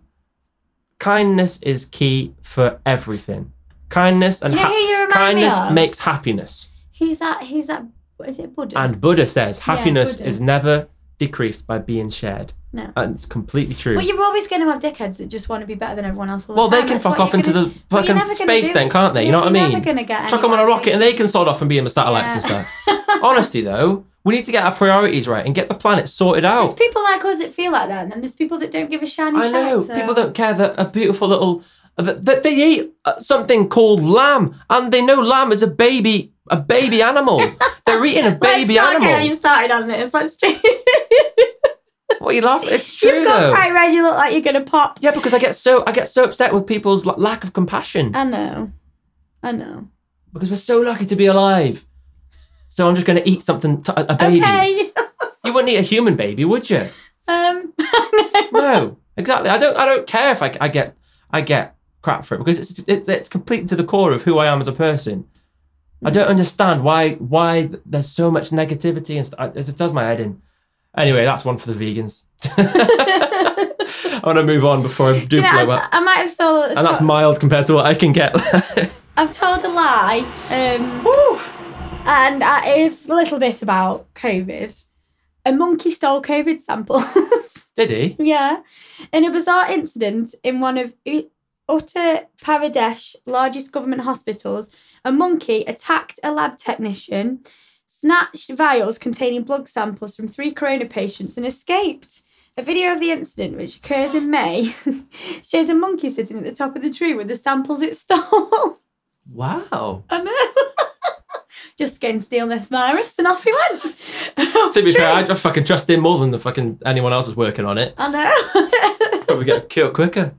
[SPEAKER 1] Kindness is key for everything. Kindness and
[SPEAKER 2] You know
[SPEAKER 1] ha-
[SPEAKER 2] who you remind
[SPEAKER 1] kindness
[SPEAKER 2] me of?
[SPEAKER 1] makes happiness.
[SPEAKER 2] he's that. He's that. What is it Buddha?
[SPEAKER 1] And Buddha says
[SPEAKER 2] Yeah,
[SPEAKER 1] happiness
[SPEAKER 2] Buddha.
[SPEAKER 1] is never decreased by being shared.
[SPEAKER 2] No.
[SPEAKER 1] And it's completely true.
[SPEAKER 2] but you're always going to have dickheads that just want to be better than everyone else. All the
[SPEAKER 1] Well, they
[SPEAKER 2] time.
[SPEAKER 1] can
[SPEAKER 2] That's
[SPEAKER 1] fuck
[SPEAKER 2] what
[SPEAKER 1] off
[SPEAKER 2] you're
[SPEAKER 1] into
[SPEAKER 2] gonna-
[SPEAKER 1] the
[SPEAKER 2] but you're
[SPEAKER 1] fucking
[SPEAKER 2] never gonna
[SPEAKER 1] space
[SPEAKER 2] do
[SPEAKER 1] then,
[SPEAKER 2] that.
[SPEAKER 1] can't they? You
[SPEAKER 2] Yeah,
[SPEAKER 1] know what I
[SPEAKER 2] you're
[SPEAKER 1] mean?
[SPEAKER 2] Never gonna get
[SPEAKER 1] chuck them on a
[SPEAKER 2] anywhere.
[SPEAKER 1] rocket and they can sod off and be in the satellites and
[SPEAKER 2] Yeah.
[SPEAKER 1] stuff.
[SPEAKER 2] (laughs)
[SPEAKER 1] Honestly, though, we need to get our priorities right and get the planet sorted
[SPEAKER 2] There's
[SPEAKER 1] out.
[SPEAKER 2] people like us that feel like that, and then there's people that don't give a shiny
[SPEAKER 1] I know
[SPEAKER 2] shit, so-
[SPEAKER 1] people don't care that a beautiful little that, that they eat uh, something called lamb and they know lamb is a baby a baby
[SPEAKER 2] (laughs)
[SPEAKER 1] animal. They're eating a baby
[SPEAKER 2] Let's not
[SPEAKER 1] animal.
[SPEAKER 2] get you started on this. Let's (laughs) change.
[SPEAKER 1] What are you laughing? It's true
[SPEAKER 2] You've
[SPEAKER 1] though.
[SPEAKER 2] got quite red. You look like you're gonna pop. Uh.
[SPEAKER 1] Yeah, because I get so I get so upset with people's l- lack of compassion.
[SPEAKER 2] I know. I know.
[SPEAKER 1] because we're so lucky to be alive. So I'm just going to eat something, t- a a baby.
[SPEAKER 2] Okay. (laughs)
[SPEAKER 1] You wouldn't eat a human baby, would you?
[SPEAKER 2] um. (laughs)
[SPEAKER 1] (laughs) No, exactly. I don't. I don't care if I, I get I get crap for it because it's it's, it's completely to the core of who I am as a person. I don't understand why why th- there's so much negativity and st- it just does my head in. Anyway, that's one for the vegans. (laughs) I want to move on before I do,
[SPEAKER 2] Do you know,
[SPEAKER 1] blow
[SPEAKER 2] I,
[SPEAKER 1] up,
[SPEAKER 2] I might have stole.
[SPEAKER 1] and that's mild compared to what I can get. (laughs)
[SPEAKER 2] I've told a lie, um,
[SPEAKER 1] Woo!
[SPEAKER 2] and uh, it's a little bit about COVID. A monkey stole COVID samples. (laughs)
[SPEAKER 1] Did he?
[SPEAKER 2] Yeah. In a bizarre incident in one of U- Uttar Pradesh largest government hospitals, a monkey attacked a lab technician, snatched vials containing blood samples from three corona patients and escaped. A video of the incident, which occurs
[SPEAKER 1] (gasps)
[SPEAKER 2] in May, (laughs) shows a monkey sitting at the top of the tree with the samples it stole. (laughs)
[SPEAKER 1] Wow.
[SPEAKER 2] I know. (laughs) Just go and steal this virus, and off he went.
[SPEAKER 1] To be fair, I, I fucking trust him more than the fucking anyone else is working on it.
[SPEAKER 2] (laughs) I know. (laughs)
[SPEAKER 1] Probably get killed quicker.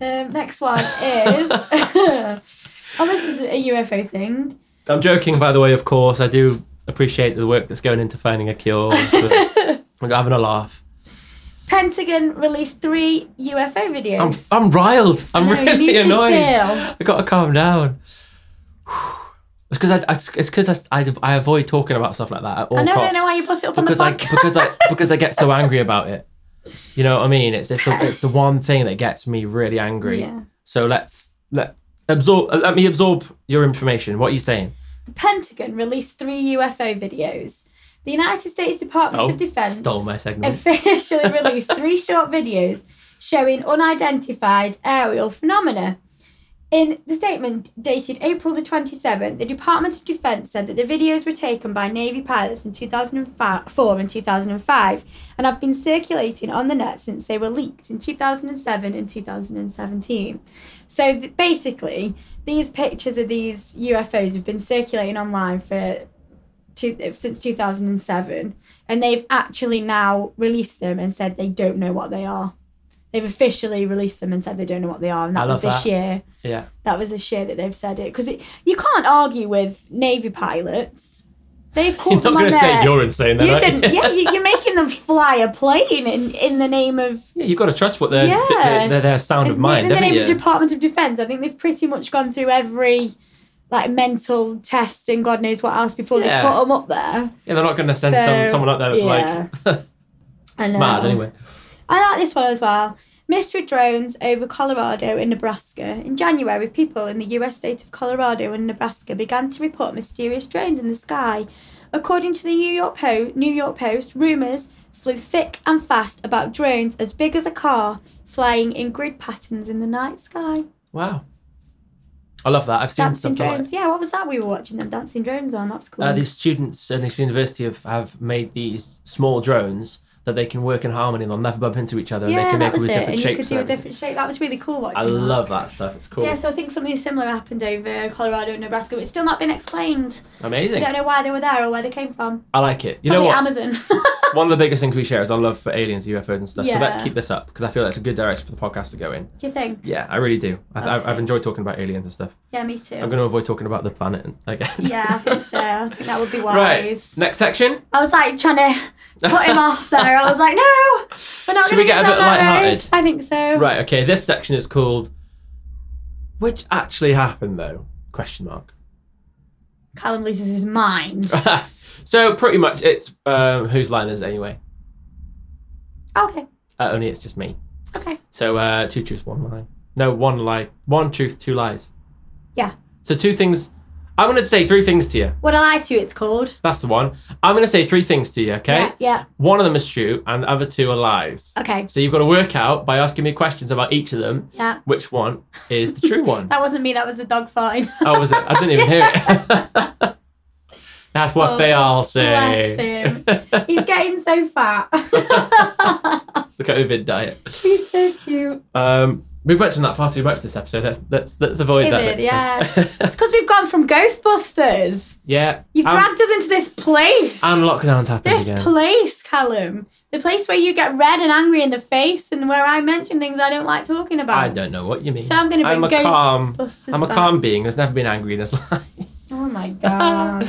[SPEAKER 2] Um, next one is. (laughs) oh, this is a UFO thing.
[SPEAKER 1] I'm joking, by the way. Of course, I do appreciate the work that's going into finding a cure.
[SPEAKER 2] (laughs)
[SPEAKER 1] but We're having a laugh.
[SPEAKER 2] Pentagon released three UFO
[SPEAKER 1] I'm,
[SPEAKER 2] videos.
[SPEAKER 1] I'm riled. I'm
[SPEAKER 2] I know, you need
[SPEAKER 1] really
[SPEAKER 2] to
[SPEAKER 1] annoyed.
[SPEAKER 2] chill.
[SPEAKER 1] I gotta calm down. It's because I, I- it's because I, I, I avoid talking about stuff like that at all
[SPEAKER 2] I know, I
[SPEAKER 1] costs
[SPEAKER 2] don't know why you put it up
[SPEAKER 1] because I
[SPEAKER 2] on the podcast.
[SPEAKER 1] because I because
[SPEAKER 2] (laughs)
[SPEAKER 1] I get so angry about it. You know what I mean? It's it's the, it's the one thing that gets me really angry.
[SPEAKER 2] Yeah.
[SPEAKER 1] So let's let absorb. Let me absorb your information. What are you saying?
[SPEAKER 2] The Pentagon released three UFO videos. The United States Department of Defense
[SPEAKER 1] Oh, stole my segment.
[SPEAKER 2] officially released three short videos showing unidentified aerial phenomena. In the statement dated April the 27th, the Department of Defense said that the videos were taken by Navy pilots in 2004 and 2005 and have been circulating on the net since they were leaked in 2007 and 2017. So th- basically, these pictures of these UFOs have been circulating online for two, uh, since 2007 and they've actually now released them and said they don't know what they are. They've officially released them and said they don't know what they are, and
[SPEAKER 1] I
[SPEAKER 2] that
[SPEAKER 1] love
[SPEAKER 2] was this
[SPEAKER 1] that.
[SPEAKER 2] year.
[SPEAKER 1] Yeah.
[SPEAKER 2] That was a shit that they've said it because you can't argue with Navy pilots.
[SPEAKER 1] (laughs) You're
[SPEAKER 2] They've
[SPEAKER 1] not
[SPEAKER 2] called them on
[SPEAKER 1] going to say
[SPEAKER 2] their.
[SPEAKER 1] you're insane, then, (laughs)
[SPEAKER 2] you
[SPEAKER 1] are
[SPEAKER 2] didn't. Yeah, you, you're making them fly a plane in, in the name of
[SPEAKER 1] Yeah, you've got to trust what their
[SPEAKER 2] Yeah.
[SPEAKER 1] their, their, their sound of
[SPEAKER 2] in
[SPEAKER 1] mind,
[SPEAKER 2] the
[SPEAKER 1] haven't
[SPEAKER 2] name of
[SPEAKER 1] you?
[SPEAKER 2] Department of Defense. I think they've pretty much gone through every like mental test and God knows what else before
[SPEAKER 1] Yeah.
[SPEAKER 2] they put them up there.
[SPEAKER 1] Yeah, they're not going to send some,
[SPEAKER 2] So,
[SPEAKER 1] someone up there that's like
[SPEAKER 2] I
[SPEAKER 1] (laughs)
[SPEAKER 2] know.
[SPEAKER 1] mad anyway.
[SPEAKER 2] um, I like this one as well. Mystery drones over Colorado and Nebraska. In January, people in the US state of Colorado and Nebraska began to report mysterious drones in the sky. According to the New York, po- New York Post, rumours flew thick and fast about drones as big as a car flying in grid patterns in the night sky.
[SPEAKER 1] Wow. I love that. I've seen
[SPEAKER 2] Dancing
[SPEAKER 1] stuff like
[SPEAKER 2] drones. Yeah, what was that we were watching them? Dancing drones on. That was cool.
[SPEAKER 1] uh, these students at this university have, have made these small drones that they can work in harmony and they'll never bump into each other and they
[SPEAKER 2] yeah,
[SPEAKER 1] can
[SPEAKER 2] that
[SPEAKER 1] make all
[SPEAKER 2] was
[SPEAKER 1] these
[SPEAKER 2] it.
[SPEAKER 1] different
[SPEAKER 2] And you
[SPEAKER 1] shapes.
[SPEAKER 2] could do a
[SPEAKER 1] and everything.
[SPEAKER 2] different shape. That was really cool watching
[SPEAKER 1] I
[SPEAKER 2] that.
[SPEAKER 1] love that stuff. It's cool.
[SPEAKER 2] Yeah, so I think something similar happened over Colorado and Nebraska, but it's still not been explained. I
[SPEAKER 1] Amazing.
[SPEAKER 2] don't know why they were there or where they came from.
[SPEAKER 1] I like it. You know
[SPEAKER 2] Probably
[SPEAKER 1] what?
[SPEAKER 2] Amazon. (laughs)
[SPEAKER 1] One of the biggest things we share is our love for aliens, UFOs, and stuff. So let's
[SPEAKER 2] Yeah.
[SPEAKER 1] keep this up because I feel that's a good direction for the podcast to go in.
[SPEAKER 2] Do you think?
[SPEAKER 1] Yeah, I really do. I, I,
[SPEAKER 2] Okay.
[SPEAKER 1] I've enjoyed talking about aliens and stuff.
[SPEAKER 2] Yeah, me too.
[SPEAKER 1] I'm going to avoid talking about the planet (laughs) again.
[SPEAKER 2] (laughs) Yeah, I think so. I think that would be
[SPEAKER 1] (laughs) Right,
[SPEAKER 2] wise.
[SPEAKER 1] next section.
[SPEAKER 2] I was like trying to put
[SPEAKER 1] (laughs)
[SPEAKER 2] him off there. I was like, no, we're not
[SPEAKER 1] Should
[SPEAKER 2] going
[SPEAKER 1] we
[SPEAKER 2] to
[SPEAKER 1] get a bit
[SPEAKER 2] that road.
[SPEAKER 1] lighthearted?
[SPEAKER 2] I think so.
[SPEAKER 1] Right, okay, this section is called Which Actually Happened Though? Question mark. (laughs)
[SPEAKER 2] Callum loses his mind.
[SPEAKER 1] so pretty much it's um, whose line is it anyway?
[SPEAKER 2] okay,
[SPEAKER 1] Uh, only it's just me.
[SPEAKER 2] okay.
[SPEAKER 1] So uh, two truths, one lie. No, one lie. One truth, two lies.
[SPEAKER 2] Yeah.
[SPEAKER 1] So two things. I'm going to say three things to you.
[SPEAKER 2] What I lie to, it's called.
[SPEAKER 1] That's the one. I'm going to say three things to you, okay?
[SPEAKER 2] Yeah,
[SPEAKER 1] One of them is true and the other two are lies.
[SPEAKER 2] yeah. Okay.
[SPEAKER 1] So you've got to work out by asking me questions about each of them
[SPEAKER 2] Yeah.
[SPEAKER 1] which one is the true one.
[SPEAKER 2] That wasn't me, that was the dog fine.
[SPEAKER 1] Oh, was it? I didn't even hear it. (laughs) That's what
[SPEAKER 2] Oh,
[SPEAKER 1] they all (laughs)
[SPEAKER 2] Bless
[SPEAKER 1] say.
[SPEAKER 2] him. (laughs) He's getting so
[SPEAKER 1] (laughs)
[SPEAKER 2] fat.
[SPEAKER 1] It's the COVID diet.
[SPEAKER 2] He's so cute.
[SPEAKER 1] Um, we've mentioned that far too much this episode. Let's let's let's avoid that.
[SPEAKER 2] David,
[SPEAKER 1] next time. (laughs)
[SPEAKER 2] It's because we've gone from Ghostbusters.
[SPEAKER 1] yeah.
[SPEAKER 2] You've
[SPEAKER 1] and,
[SPEAKER 2] dragged us into this place.
[SPEAKER 1] and lockdown's happening
[SPEAKER 2] this
[SPEAKER 1] again.
[SPEAKER 2] place, Callum. The place where you get red and angry in the face and where I mention things I don't like talking about.
[SPEAKER 1] I don't know what you mean.
[SPEAKER 2] So I'm going to bring
[SPEAKER 1] I'm a calm.
[SPEAKER 2] Ghostbusters
[SPEAKER 1] I'm a
[SPEAKER 2] back.
[SPEAKER 1] calm being who's never been angry in his (laughs) life.
[SPEAKER 2] Oh
[SPEAKER 1] (laughs)
[SPEAKER 2] my god.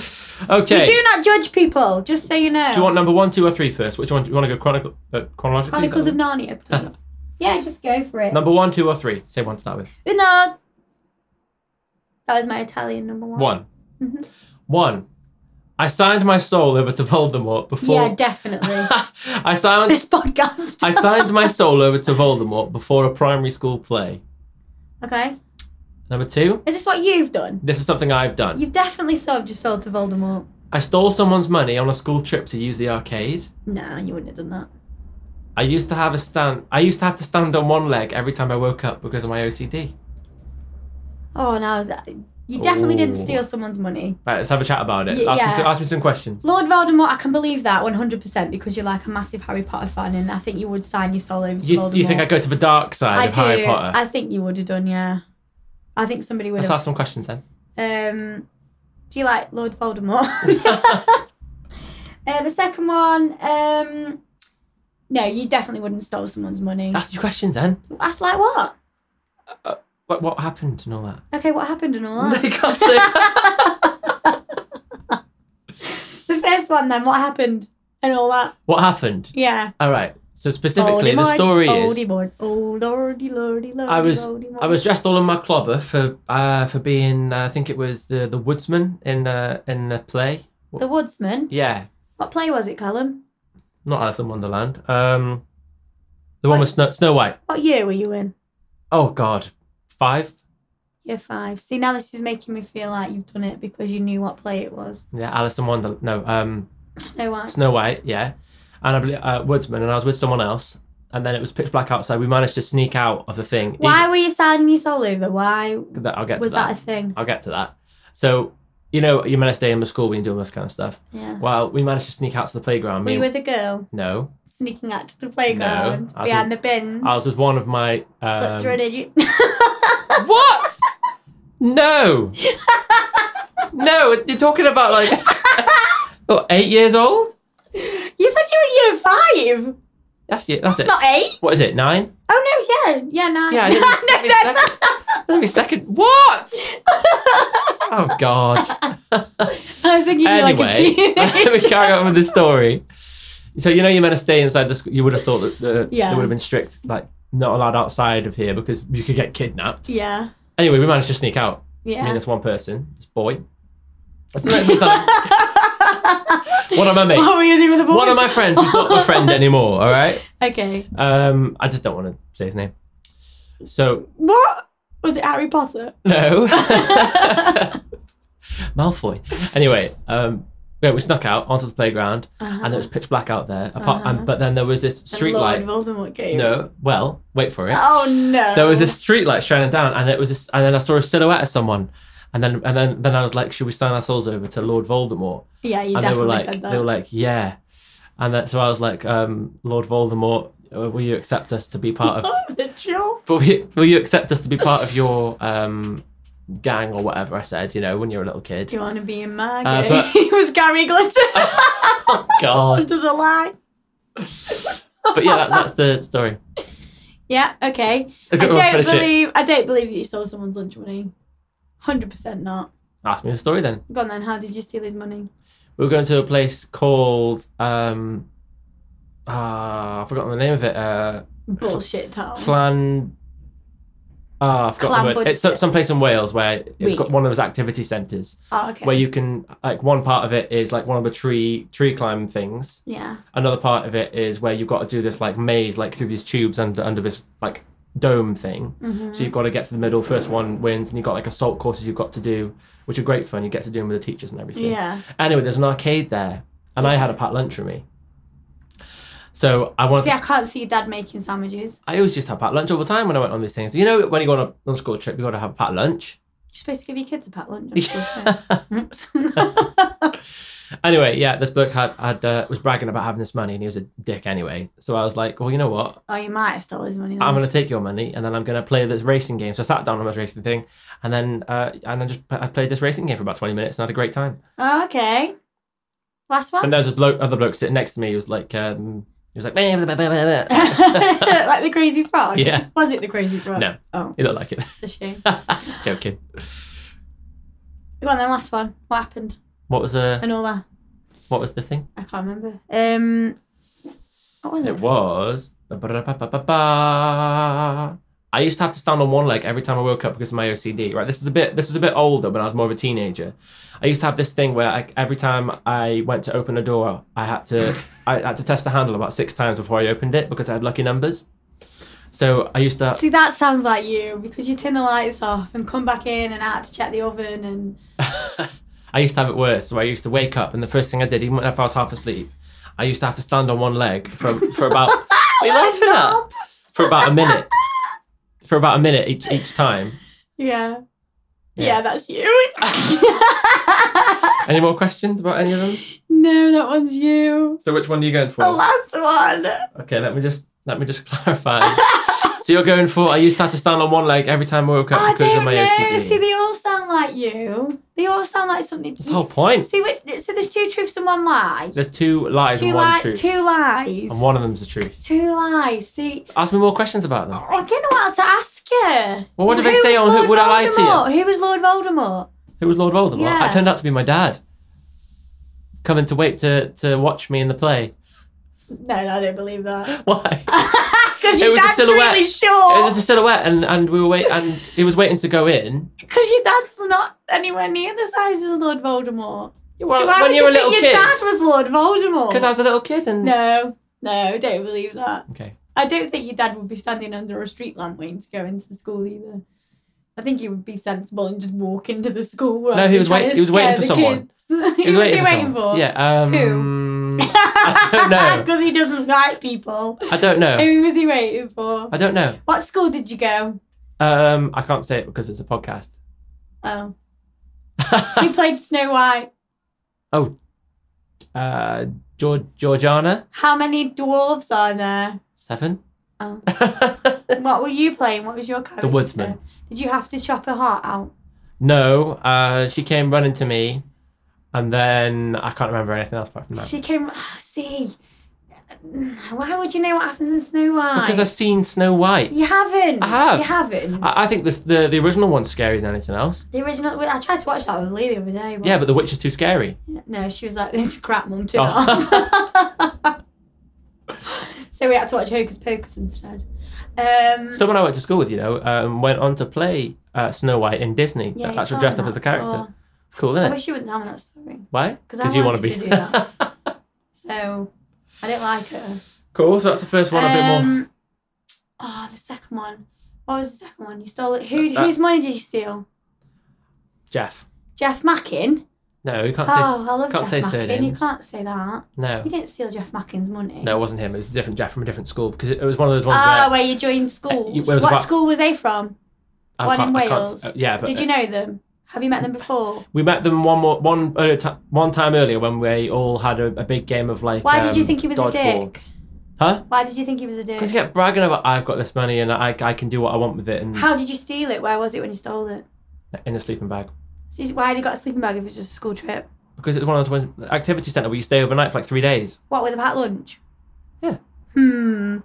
[SPEAKER 1] okay.
[SPEAKER 2] We do not judge people, just so you know.
[SPEAKER 1] Do you want number one, two, or three first? Which one do you want to go chronicle, uh, chronologically?
[SPEAKER 2] Chronicles of
[SPEAKER 1] (laughs)
[SPEAKER 2] Narnia, please? yeah, just go for it.
[SPEAKER 1] Number one, two, or three? Say one to start with.
[SPEAKER 2] Uno. That was my Italian number one.
[SPEAKER 1] One.
[SPEAKER 2] Mhm.
[SPEAKER 1] One. I signed my soul over to Voldemort before.
[SPEAKER 2] Yeah, definitely.
[SPEAKER 1] (laughs) I signed.
[SPEAKER 2] this podcast.
[SPEAKER 1] I signed my soul over to Voldemort before a primary school play.
[SPEAKER 2] okay.
[SPEAKER 1] Number two.
[SPEAKER 2] Is this what you've done?
[SPEAKER 1] This is something I've done.
[SPEAKER 2] You've definitely sold your soul to Voldemort.
[SPEAKER 1] I stole someone's money on a school trip to use the arcade.
[SPEAKER 2] Nah, you wouldn't have done that.
[SPEAKER 1] I used to have a stand. I used to have to stand on one leg every time I woke up because of my OCD.
[SPEAKER 2] Oh no, that, you definitely didn't
[SPEAKER 1] Ooh.
[SPEAKER 2] steal someone's money.
[SPEAKER 1] Right, let's have a chat about it.
[SPEAKER 2] Y-
[SPEAKER 1] ask, me
[SPEAKER 2] yeah.
[SPEAKER 1] some, ask me some questions.
[SPEAKER 2] Lord Voldemort, I can believe that 100% because you're like a massive Harry Potter fan and I think you would sign your soul over to
[SPEAKER 1] You,
[SPEAKER 2] Voldemort.
[SPEAKER 1] you think I go to the dark side
[SPEAKER 2] I
[SPEAKER 1] of Harry
[SPEAKER 2] do.
[SPEAKER 1] Potter?
[SPEAKER 2] I think you would have done, yeah. I think somebody would
[SPEAKER 1] Let's
[SPEAKER 2] have.
[SPEAKER 1] ask some questions then.
[SPEAKER 2] Um, do you like Lord
[SPEAKER 1] (laughs)
[SPEAKER 2] Voldemort? (laughs) Uh, the second one, um, no, you definitely wouldn't have stole someone's money.
[SPEAKER 1] ask me questions then.
[SPEAKER 2] That's like what?
[SPEAKER 1] What, what happened and all that?
[SPEAKER 2] Okay, what happened and
[SPEAKER 1] (laughs)
[SPEAKER 2] all that?
[SPEAKER 1] They can't say.
[SPEAKER 2] (laughs) the first one then, what happened and all that?
[SPEAKER 1] what happened?
[SPEAKER 2] Yeah.
[SPEAKER 1] All right. So specifically, the
[SPEAKER 2] Voldemort,
[SPEAKER 1] story is
[SPEAKER 2] Voldemort, oh lordy, lordy, lordy,
[SPEAKER 1] I was-
[SPEAKER 2] Voldemort.
[SPEAKER 1] I was dressed all in my clobber for uh, for being uh, I think it was the the woodsman in uh, in a play.
[SPEAKER 2] the Woodsman.
[SPEAKER 1] Yeah,
[SPEAKER 2] What play was it, Callum?
[SPEAKER 1] not Alice in Wonderland. Um, the one
[SPEAKER 2] Wait.
[SPEAKER 1] with Snow, Snow White.
[SPEAKER 2] What year were you in?
[SPEAKER 1] Oh God, five.
[SPEAKER 2] Year five. See, now this is making me feel like you've done it because you knew what play it was.
[SPEAKER 1] Yeah, Alice in Wonderland. No, um,
[SPEAKER 2] Snow White.
[SPEAKER 1] Snow White. Yeah, and I believe uh, woodsman, and I was with someone else, and then it was pitch black outside. We managed to sneak out of the thing.
[SPEAKER 2] Why were you signing your soul over? Why
[SPEAKER 1] Even- that- I'll get
[SPEAKER 2] was
[SPEAKER 1] to that.
[SPEAKER 2] that a thing?
[SPEAKER 1] I'll get to that. So, you know, you managed to stay in the school when you're doing this kind of stuff.
[SPEAKER 2] Yeah.
[SPEAKER 1] Well, we managed to sneak out to the playground.
[SPEAKER 2] Were
[SPEAKER 1] Me,
[SPEAKER 2] you with a girl?
[SPEAKER 1] no,
[SPEAKER 2] sneaking out to the playground
[SPEAKER 1] I was
[SPEAKER 2] behind the bins.
[SPEAKER 1] I was with one of my.
[SPEAKER 2] Slipped through
[SPEAKER 1] Um,
[SPEAKER 2] an idiot. (laughs)
[SPEAKER 1] what? No. no, you're talking about like oh, eight years old.
[SPEAKER 2] you said you were in year five.
[SPEAKER 1] That's it. That's
[SPEAKER 2] It's
[SPEAKER 1] it.
[SPEAKER 2] not eight.
[SPEAKER 1] What is it? Nine?
[SPEAKER 2] Oh no, yeah, yeah, nine.
[SPEAKER 1] Yeah. I
[SPEAKER 2] (laughs)
[SPEAKER 1] didn't-
[SPEAKER 2] no,
[SPEAKER 1] every
[SPEAKER 2] no, no.
[SPEAKER 1] second- Every second. What? Oh God.
[SPEAKER 2] (laughs) I was thinking
[SPEAKER 1] anyway, (laughs)
[SPEAKER 2] you were like a
[SPEAKER 1] let me
[SPEAKER 2] teenager.
[SPEAKER 1] carry on with the story. So you know you're meant to stay inside the school. You would have thought that the,
[SPEAKER 2] Yeah.
[SPEAKER 1] they would have been strict, like not allowed outside of here because you could get kidnapped.
[SPEAKER 2] yeah,
[SPEAKER 1] Anyway, we managed to sneak out. Me and
[SPEAKER 2] yeah.
[SPEAKER 1] this one person, this boy. That's
[SPEAKER 2] (laughs)
[SPEAKER 1] the name of his- one of my mates.
[SPEAKER 2] What were you doing with the ball?
[SPEAKER 1] One of my friends who's not my
[SPEAKER 2] (laughs)
[SPEAKER 1] friend anymore. All right.
[SPEAKER 2] Okay.
[SPEAKER 1] Um, I just don't want to say his name. So
[SPEAKER 2] What was it? Harry Potter.
[SPEAKER 1] no. (laughs) Malfoy. Anyway, um, yeah, we snuck out onto the playground,
[SPEAKER 2] Uh-huh.
[SPEAKER 1] and it was pitch black out there. Apart,
[SPEAKER 2] Uh-huh.
[SPEAKER 1] and, but then there was this
[SPEAKER 2] And
[SPEAKER 1] street
[SPEAKER 2] Lord
[SPEAKER 1] light.
[SPEAKER 2] Voldemort came.
[SPEAKER 1] No, well, wait for it.
[SPEAKER 2] Oh no.
[SPEAKER 1] There was this street light shining down, and it was this, and then I saw a silhouette of someone, and then and then then I was like, should we sign our souls over to Lord Voldemort?
[SPEAKER 2] Yeah, you
[SPEAKER 1] and they were
[SPEAKER 2] definitely
[SPEAKER 1] like,
[SPEAKER 2] said that.
[SPEAKER 1] they were like, yeah, and then so I was like, um, Lord Voldemort, uh, will you accept us to be part
[SPEAKER 2] (laughs)
[SPEAKER 1] of?
[SPEAKER 2] What the joke?
[SPEAKER 1] will you, will you accept us to be part of your um, gang or whatever? I said, you know, when you're a little
[SPEAKER 2] (laughs) Do
[SPEAKER 1] kid.
[SPEAKER 2] you want to be in my
[SPEAKER 1] Uh,
[SPEAKER 2] gang? (laughs)
[SPEAKER 1] but-
[SPEAKER 2] it was Gary
[SPEAKER 1] (laughs)
[SPEAKER 2] Glitter (laughs)
[SPEAKER 1] God,
[SPEAKER 2] under the light.
[SPEAKER 1] but yeah, that, that's the story.
[SPEAKER 2] (laughs) Yeah. Okay.
[SPEAKER 1] Is
[SPEAKER 2] I
[SPEAKER 1] it- we'll
[SPEAKER 2] don't
[SPEAKER 1] finish it.
[SPEAKER 2] believe I don't believe that you stole someone's lunch money. Hundred percent not.
[SPEAKER 1] Ask me the story then.
[SPEAKER 2] Go on then, how did you steal his money?
[SPEAKER 1] We were going to a place called um, ah, I've forgotten the name of it. Uh,
[SPEAKER 2] Bullshit town.
[SPEAKER 1] Clan. Ah, I've forgotten the word.
[SPEAKER 2] Clanbud-
[SPEAKER 1] It's some some place in Wales where it's
[SPEAKER 2] Wait.
[SPEAKER 1] got one of those activity centres.
[SPEAKER 2] oh, okay.
[SPEAKER 1] where you can like one part of it is like one of the tree tree climb things
[SPEAKER 2] yeah.
[SPEAKER 1] another part of it is where you've got to do this like maze like through these tubes under under this like dome thing
[SPEAKER 2] hmm
[SPEAKER 1] so you've got to get to the middle first one wins and you've got like assault courses you've got to do which are great fun you get to do them with the teachers and everything
[SPEAKER 2] yeah.
[SPEAKER 1] anyway there's an arcade there and i had a packed lunch with me so i wanted
[SPEAKER 2] See, I can't see your dad making sandwiches.
[SPEAKER 1] i always just have packed lunch all the time when i went on these things you know when you go on a on a school trip you got to have a packed lunch
[SPEAKER 2] You're supposed to give your kids a
[SPEAKER 1] (laughs)
[SPEAKER 2] pat lunch. I'm sure. (laughs)
[SPEAKER 1] Anyway, yeah, this bloke had, had uh, was bragging about having this money, and he was a dick anyway. So I was like, well, you know what?
[SPEAKER 2] oh, you might have stole his money. Then.
[SPEAKER 1] I'm gonna take your money, and then I'm gonna play this racing game. So I sat down on this racing thing, and then uh, and I just I played this racing game for about 20 minutes and had a great time.
[SPEAKER 2] oh, okay. Last
[SPEAKER 1] And
[SPEAKER 2] one. Ah.
[SPEAKER 1] there was this bloke, other bloke sitting next to me. who was like, um, He was like, (laughs)
[SPEAKER 2] (laughs)
[SPEAKER 1] you
[SPEAKER 2] like the crazy frog.
[SPEAKER 1] Yeah.
[SPEAKER 2] Was it the crazy frog?
[SPEAKER 1] No.
[SPEAKER 2] Oh,
[SPEAKER 1] look like it. (laughs)
[SPEAKER 2] it's a shame.
[SPEAKER 1] Joking.
[SPEAKER 2] Go on then, last one. What happened?
[SPEAKER 1] What was the
[SPEAKER 2] And all that.
[SPEAKER 1] what was the thing?
[SPEAKER 2] I can't remember. Um, what was
[SPEAKER 1] It
[SPEAKER 2] it?
[SPEAKER 1] was. I used to have to stand on one leg every time I woke up because of my OCD. Right, this is a bit this is a bit older when I was more of a teenager. I used to have this thing where I, every time I went to open a door, I had to I had to test the handle about six times before I opened it because I had lucky numbers. So I used to
[SPEAKER 2] See, that sounds like you because you turn the lights off and come back in and out to check the oven and
[SPEAKER 1] I used to have it worse. So I used to wake up, and the first thing I did, even if I was half asleep, I used to have to stand on one leg for for
[SPEAKER 2] (laughs)
[SPEAKER 1] about. what are you laughing at? For about a minute. For about a minute each each time.
[SPEAKER 2] yeah. Yeah,
[SPEAKER 1] Yeah.
[SPEAKER 2] that's you. (laughs)
[SPEAKER 1] Any more questions about any of them?
[SPEAKER 2] no, that one's you.
[SPEAKER 1] So which one are you going for?
[SPEAKER 2] The last one.
[SPEAKER 1] Okay, let me just let me just (laughs) clarify. so you're going for I used to have to stand on one leg every time I woke up
[SPEAKER 2] I
[SPEAKER 1] because of
[SPEAKER 2] don't
[SPEAKER 1] my
[SPEAKER 2] know.
[SPEAKER 1] OCD.
[SPEAKER 2] See, they all sound like you. They all sound like something.
[SPEAKER 1] That's the whole point.
[SPEAKER 2] See, which so there's two truths and one lie.
[SPEAKER 1] There's two lies
[SPEAKER 2] two
[SPEAKER 1] and one
[SPEAKER 2] lies.
[SPEAKER 1] truth,
[SPEAKER 2] Two lies.
[SPEAKER 1] and one of them's the truth.
[SPEAKER 2] Two lies. See,
[SPEAKER 1] Ask me more questions about them.
[SPEAKER 2] I don't know what to ask you.
[SPEAKER 1] Well, what did they
[SPEAKER 2] Who
[SPEAKER 1] say
[SPEAKER 2] was
[SPEAKER 1] on who,
[SPEAKER 2] Lord
[SPEAKER 1] Would I Lie to You?
[SPEAKER 2] Voldemort? Who was Lord Voldemort?
[SPEAKER 1] Who was Lord Voldemort?
[SPEAKER 2] Yeah.
[SPEAKER 1] I turned out to be my dad. Coming to wait to, to watch me in the play. (laughs)
[SPEAKER 2] No, I don't
[SPEAKER 1] (gasps)
[SPEAKER 2] believe that.
[SPEAKER 1] Why?
[SPEAKER 2] Because
[SPEAKER 1] It
[SPEAKER 2] your
[SPEAKER 1] was a
[SPEAKER 2] dad's
[SPEAKER 1] silhouette.
[SPEAKER 2] really
[SPEAKER 1] It was a
[SPEAKER 2] short.
[SPEAKER 1] silhouette, and, and we were wait, and he was waiting to go in.
[SPEAKER 2] Because your dad's not anywhere near the size as Lord Voldemort.
[SPEAKER 1] Well,
[SPEAKER 2] so why
[SPEAKER 1] when
[SPEAKER 2] would
[SPEAKER 1] you were a little
[SPEAKER 2] think
[SPEAKER 1] kid,
[SPEAKER 2] your dad was Lord Voldemort.
[SPEAKER 1] because I was a little kid, and
[SPEAKER 2] No, no, don't believe that.
[SPEAKER 1] okay,
[SPEAKER 2] I don't think your dad would be standing under a street lamp waiting to go into the school either. I think he would be sensible and just walk into the school. rather
[SPEAKER 1] he
[SPEAKER 2] than
[SPEAKER 1] was
[SPEAKER 2] trying
[SPEAKER 1] wait-
[SPEAKER 2] to
[SPEAKER 1] he was waiting for
[SPEAKER 2] scare the
[SPEAKER 1] someone.
[SPEAKER 2] kids. (laughs)
[SPEAKER 1] He
[SPEAKER 2] Who was he waiting
[SPEAKER 1] someone.
[SPEAKER 2] for?
[SPEAKER 1] Yeah, um, I
[SPEAKER 2] (laughs)
[SPEAKER 1] don't know.
[SPEAKER 2] Because he doesn't
[SPEAKER 1] (laughs)
[SPEAKER 2] like people.
[SPEAKER 1] I don't
[SPEAKER 2] (laughs)
[SPEAKER 1] know.
[SPEAKER 2] Who was he waiting for?
[SPEAKER 1] I don't know.
[SPEAKER 2] What school did you go?
[SPEAKER 1] Um, I can't say it because it's a podcast. (laughs)
[SPEAKER 2] Oh, you played Snow White.
[SPEAKER 1] uh, George, Georgiana
[SPEAKER 2] How many dwarves are there?
[SPEAKER 1] seven.
[SPEAKER 2] Oh. What were you playing? What was your character?
[SPEAKER 1] woodsman.
[SPEAKER 2] Did you have to chop her heart out?
[SPEAKER 1] (laughs) no, uh, she came running to me, and then I can't remember anything else apart from that.
[SPEAKER 2] She came. (sighs) See, why would you know what happens in Snow White?
[SPEAKER 1] Because I've seen Snow White.
[SPEAKER 2] You haven't.
[SPEAKER 1] I have.
[SPEAKER 2] You haven't.
[SPEAKER 1] I, I think this, the the original one's scarier than anything else.
[SPEAKER 2] the original. I tried to watch that with Lee the other day. But
[SPEAKER 1] Yeah, but The Witch is too scary.
[SPEAKER 2] No, she was like, (laughs) "This is crap, mum, turn
[SPEAKER 1] Oh.
[SPEAKER 2] it off." (laughs) so we had to watch Hocus Pocus instead. Um,
[SPEAKER 1] Someone I went to school with, you know, um, went on to play uh, Snow White in Disney.
[SPEAKER 2] yeah, you
[SPEAKER 1] actually
[SPEAKER 2] told
[SPEAKER 1] dressed
[SPEAKER 2] me
[SPEAKER 1] up as the
[SPEAKER 2] that
[SPEAKER 1] character.
[SPEAKER 2] before.
[SPEAKER 1] It's cool,
[SPEAKER 2] I
[SPEAKER 1] isn't it?
[SPEAKER 2] wish you wouldn't tell me that story.
[SPEAKER 1] Why?
[SPEAKER 2] 'Cause I
[SPEAKER 1] you wanna
[SPEAKER 2] wanted to do that. So I don't like her.
[SPEAKER 1] (laughs) cool. So that's the first one. a bit more.
[SPEAKER 2] Um, oh, the second one. What was the second one? You stole it. Who,
[SPEAKER 1] That- that-
[SPEAKER 2] whose money did you steal?
[SPEAKER 1] Jeff.
[SPEAKER 2] Jeff Mackin.
[SPEAKER 1] No, you can't say.
[SPEAKER 2] Oh, I love
[SPEAKER 1] can't
[SPEAKER 2] Jeff
[SPEAKER 1] say
[SPEAKER 2] Mackin. You
[SPEAKER 1] surnames.
[SPEAKER 2] can't say that.
[SPEAKER 1] No.
[SPEAKER 2] You didn't steal Jeff Mackin's money.
[SPEAKER 1] No, it wasn't him. It was a different Jeff from a different school because it, it was one of those ones
[SPEAKER 2] Ah,
[SPEAKER 1] where
[SPEAKER 2] where you joined schools.
[SPEAKER 1] you- where uh, was
[SPEAKER 2] what
[SPEAKER 1] about-
[SPEAKER 2] school was they from?
[SPEAKER 1] I
[SPEAKER 2] one in
[SPEAKER 1] can't- I can't-
[SPEAKER 2] Wales.
[SPEAKER 1] uh, yeah, but
[SPEAKER 2] Did you know them? Have you met them before?
[SPEAKER 1] we met them one more one earlier ti- one time earlier when we all had a, a big game of like.
[SPEAKER 2] Why did you
[SPEAKER 1] um,
[SPEAKER 2] think he was a
[SPEAKER 1] dodgeball.
[SPEAKER 2] dick?
[SPEAKER 1] Huh?
[SPEAKER 2] Why did you think he was a dick?
[SPEAKER 1] Because you kept bragging about I've got this money and I, I can do what I want with it and
[SPEAKER 2] How did you steal it? Where was it when you stole it?
[SPEAKER 1] in a sleeping bag.
[SPEAKER 2] So you- why had you got a sleeping bag if it was just a school trip?
[SPEAKER 1] Because it was one of those ones- activity centre where you stay overnight for like three days.
[SPEAKER 2] What with a packed lunch?
[SPEAKER 1] Yeah.
[SPEAKER 2] Hmm.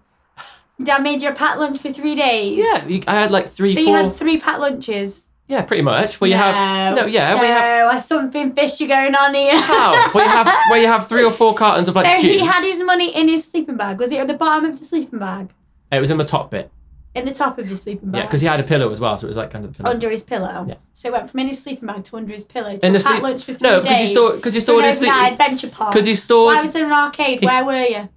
[SPEAKER 2] Dad made you a packed lunch for three days.
[SPEAKER 1] Yeah, you, I had like three,
[SPEAKER 2] So you
[SPEAKER 1] four.
[SPEAKER 2] had three packed lunches.
[SPEAKER 1] yeah, pretty much. Where you have
[SPEAKER 2] No.
[SPEAKER 1] no, yeah,
[SPEAKER 2] no,
[SPEAKER 1] where you have
[SPEAKER 2] there's something fishy going on here. (laughs)
[SPEAKER 1] how where you have where you have three or four cartons of
[SPEAKER 2] so
[SPEAKER 1] like juice.
[SPEAKER 2] he had his money in his sleeping bag. Was it at the bottom of the sleeping bag?
[SPEAKER 1] It was in the top bit.
[SPEAKER 2] In the top of his sleeping
[SPEAKER 1] Yeah,
[SPEAKER 2] bag?
[SPEAKER 1] because he had a pillow as well, so it was like kind of.
[SPEAKER 2] under his pillow.
[SPEAKER 1] Yeah.
[SPEAKER 2] So it went from in his sleeping bag to under his pillow to
[SPEAKER 1] In
[SPEAKER 2] a
[SPEAKER 1] the
[SPEAKER 2] packed
[SPEAKER 1] sleep-
[SPEAKER 2] lunch for three
[SPEAKER 1] no,
[SPEAKER 2] days.
[SPEAKER 1] because you stored because you
[SPEAKER 2] to
[SPEAKER 1] stored
[SPEAKER 2] an
[SPEAKER 1] his sleep
[SPEAKER 2] overnight adventure park.
[SPEAKER 1] because you
[SPEAKER 2] Why
[SPEAKER 1] stored.
[SPEAKER 2] was there an arcade?
[SPEAKER 1] His-
[SPEAKER 2] Where were you?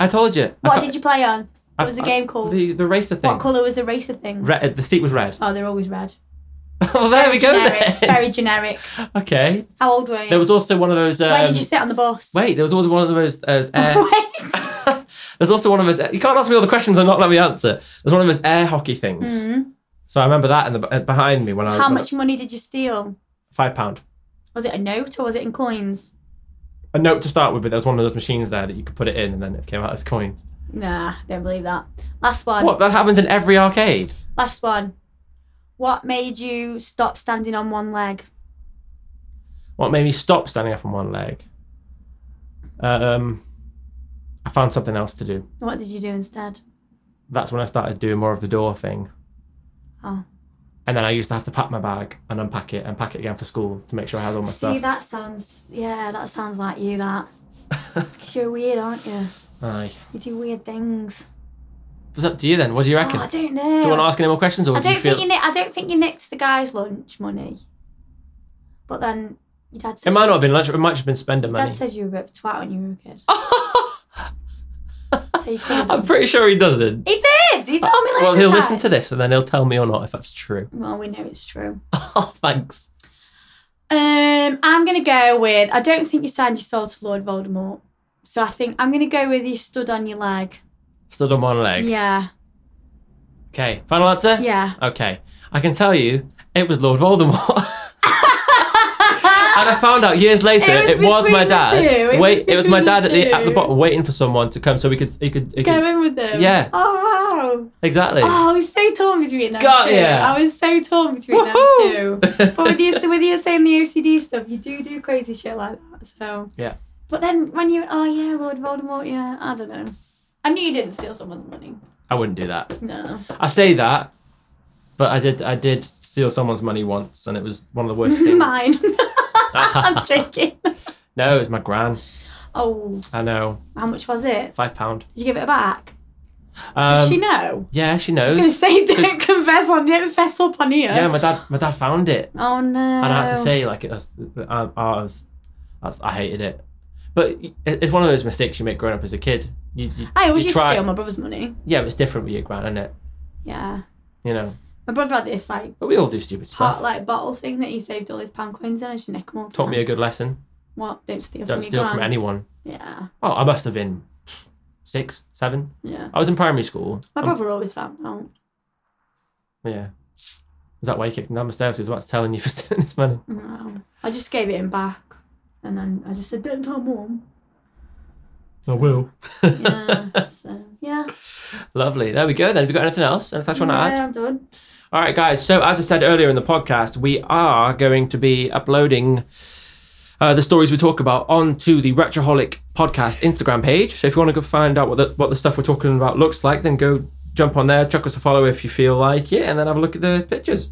[SPEAKER 1] I told you. I
[SPEAKER 2] What
[SPEAKER 1] can't-
[SPEAKER 2] did you play on?
[SPEAKER 1] I-
[SPEAKER 2] What was the
[SPEAKER 1] I-
[SPEAKER 2] game called?
[SPEAKER 1] The the racer
[SPEAKER 2] What
[SPEAKER 1] thing.
[SPEAKER 2] colour was the racer thing?
[SPEAKER 1] Red, the seat was red. (laughs)
[SPEAKER 2] Oh, they're always red.
[SPEAKER 1] well, there
[SPEAKER 2] Very
[SPEAKER 1] we go.
[SPEAKER 2] Generic,
[SPEAKER 1] Then.
[SPEAKER 2] very generic.
[SPEAKER 1] Okay.
[SPEAKER 2] How old were you?
[SPEAKER 1] There was also one of those. Um,
[SPEAKER 2] Where did you sit on the bus?
[SPEAKER 1] Wait, there was also one of those. Uh, air...
[SPEAKER 2] (laughs) Wait.
[SPEAKER 1] (laughs) There's also one of those. You can't ask me all the questions and not let me answer. There's one of those air hockey things.
[SPEAKER 2] Mhm.
[SPEAKER 1] So I remember that in the uh, behind me when I
[SPEAKER 2] How
[SPEAKER 1] when I-
[SPEAKER 2] much money did you steal?
[SPEAKER 1] five pound
[SPEAKER 2] Was it a note or was it in coins?
[SPEAKER 1] a note to start with, but there was one of those machines there that you could put it in and then it came out as coins.
[SPEAKER 2] Nah, don't believe that. Last one.
[SPEAKER 1] What that happens in every arcade?
[SPEAKER 2] Last one. What made you stop standing on one leg?
[SPEAKER 1] What made me stop standing up on one leg? Um, Uh, I found something else to do.
[SPEAKER 2] What did you do instead?
[SPEAKER 1] That's when I started doing more of the door thing.
[SPEAKER 2] Oh.
[SPEAKER 1] And then I used to have to pack my bag and unpack it and pack it again for school to make sure I had all my
[SPEAKER 2] See,
[SPEAKER 1] stuff.
[SPEAKER 2] that sounds, yeah, that sounds like you, that. Because you're weird, aren't you?
[SPEAKER 1] (laughs) Aye.
[SPEAKER 2] You do weird things.
[SPEAKER 1] What's up to you then? What do you
[SPEAKER 2] Oh,
[SPEAKER 1] reckon?
[SPEAKER 2] I
[SPEAKER 1] do
[SPEAKER 2] don't know.
[SPEAKER 1] you want to ask any more questions or
[SPEAKER 2] I
[SPEAKER 1] do
[SPEAKER 2] don't
[SPEAKER 1] you feel?
[SPEAKER 2] think you nick- I don't think you nicked the guy's lunch money. But then your dad said
[SPEAKER 1] It might not have been lunch. It might have just been spending
[SPEAKER 2] your
[SPEAKER 1] money.
[SPEAKER 2] dad says you were a bit of a twat when you were a kid. So you
[SPEAKER 1] (laughs)
[SPEAKER 2] couldn't-
[SPEAKER 1] I'm pretty sure he doesn't.
[SPEAKER 2] he did. He told me later.
[SPEAKER 1] Well, he'll
[SPEAKER 2] that.
[SPEAKER 1] listen to this and then he'll tell me or not if that's true. (laughs)
[SPEAKER 2] Well, we know it's true.
[SPEAKER 1] Oh, thanks.
[SPEAKER 2] Um, I'm gonna go with. I don't think you signed your soul to Lord Voldemort. So I think I'm gonna go with you stood on your leg.
[SPEAKER 1] Stood on one leg.
[SPEAKER 2] Yeah,
[SPEAKER 1] Okay, final answer?
[SPEAKER 2] yeah.
[SPEAKER 1] Okay. I can tell you, it was Lord Voldemort. (laughs) and I found out years later
[SPEAKER 2] It was
[SPEAKER 1] it was, my
[SPEAKER 2] between the
[SPEAKER 1] dad.
[SPEAKER 2] two. It
[SPEAKER 1] Wait,
[SPEAKER 2] was
[SPEAKER 1] it was my
[SPEAKER 2] between
[SPEAKER 1] dad at the
[SPEAKER 2] the
[SPEAKER 1] at the
[SPEAKER 2] two.
[SPEAKER 1] bottom waiting for someone to come so we could he could, he could
[SPEAKER 2] Going with them.
[SPEAKER 1] Yeah.
[SPEAKER 2] Oh wow.
[SPEAKER 1] exactly.
[SPEAKER 2] Oh, I was so torn between them
[SPEAKER 1] Got
[SPEAKER 2] two.
[SPEAKER 1] ya.
[SPEAKER 2] I was so torn between them
[SPEAKER 1] Woohoo.
[SPEAKER 2] two. But with you, with you saying the OCD stuff, you do do crazy shit like that. So
[SPEAKER 1] Yeah.
[SPEAKER 2] But then when you, oh yeah, Lord Voldemort, yeah, I don't know. I knew you didn't steal someone's money.
[SPEAKER 1] (laughs) I wouldn't do that.
[SPEAKER 2] No.
[SPEAKER 1] I say that, but I did I did steal someone's money once and it was one of the
[SPEAKER 2] (laughs)
[SPEAKER 1] worst things. (laughs)
[SPEAKER 2] Mine. I'm joking.
[SPEAKER 1] No, it was my gran.
[SPEAKER 2] Oh,
[SPEAKER 1] I know.
[SPEAKER 2] how much was it?
[SPEAKER 1] Five pound.
[SPEAKER 2] Did you give it back? Does
[SPEAKER 1] Um,
[SPEAKER 2] she know?
[SPEAKER 1] yeah, she
[SPEAKER 2] I
[SPEAKER 1] knows.
[SPEAKER 2] was going to say, don't
[SPEAKER 1] it's-
[SPEAKER 2] confess on, don't fess up on here.
[SPEAKER 1] yeah, my dad my dad found it.
[SPEAKER 2] oh no.
[SPEAKER 1] and I had to say like it was, I, I was, that's, I hated it. But it- it's one of those mistakes you make growing up as a kid. You, you,
[SPEAKER 2] I always
[SPEAKER 1] you
[SPEAKER 2] used to
[SPEAKER 1] try-
[SPEAKER 2] steal my brother's money.
[SPEAKER 1] Yeah, but it's different with your gran, isn't it?
[SPEAKER 2] Yeah.
[SPEAKER 1] You know,
[SPEAKER 2] My brother had this like
[SPEAKER 1] but we all do stupid
[SPEAKER 2] pot
[SPEAKER 1] stuff.
[SPEAKER 2] like bottle thing that he saved all his pound coins in. I just nick them all. the
[SPEAKER 1] Taught me a
[SPEAKER 2] time.
[SPEAKER 1] good lesson.
[SPEAKER 2] what? Don't steal
[SPEAKER 1] Don't
[SPEAKER 2] from
[SPEAKER 1] steal
[SPEAKER 2] your
[SPEAKER 1] from
[SPEAKER 2] gran.
[SPEAKER 1] anyone.
[SPEAKER 2] Yeah,
[SPEAKER 1] Oh, I must have been six, seven.
[SPEAKER 2] yeah.
[SPEAKER 1] I was in primary school.
[SPEAKER 2] My
[SPEAKER 1] Um,
[SPEAKER 2] brother always found out.
[SPEAKER 1] yeah. Is that why you kicked him down the stairs? He was about to telling you (laughs) for stealing his money.
[SPEAKER 2] No. Mm. I just gave it him back, and then I just said, "Don't tell mum."
[SPEAKER 1] (laughs) I will.
[SPEAKER 2] Yeah. so yeah.
[SPEAKER 1] (laughs) Lovely. There we go. Then, have you got anything else? Anything else you want to add?
[SPEAKER 2] I'm done.
[SPEAKER 1] All right, guys. So, as I said earlier in the podcast, we are going to be uploading uh, the stories we talk about onto the Retroholic podcast Instagram page. So, if you want to go find out what the, what the stuff we're talking about looks like, then go jump on there, chuck us a follow if you feel like it, and then have a look at the pictures.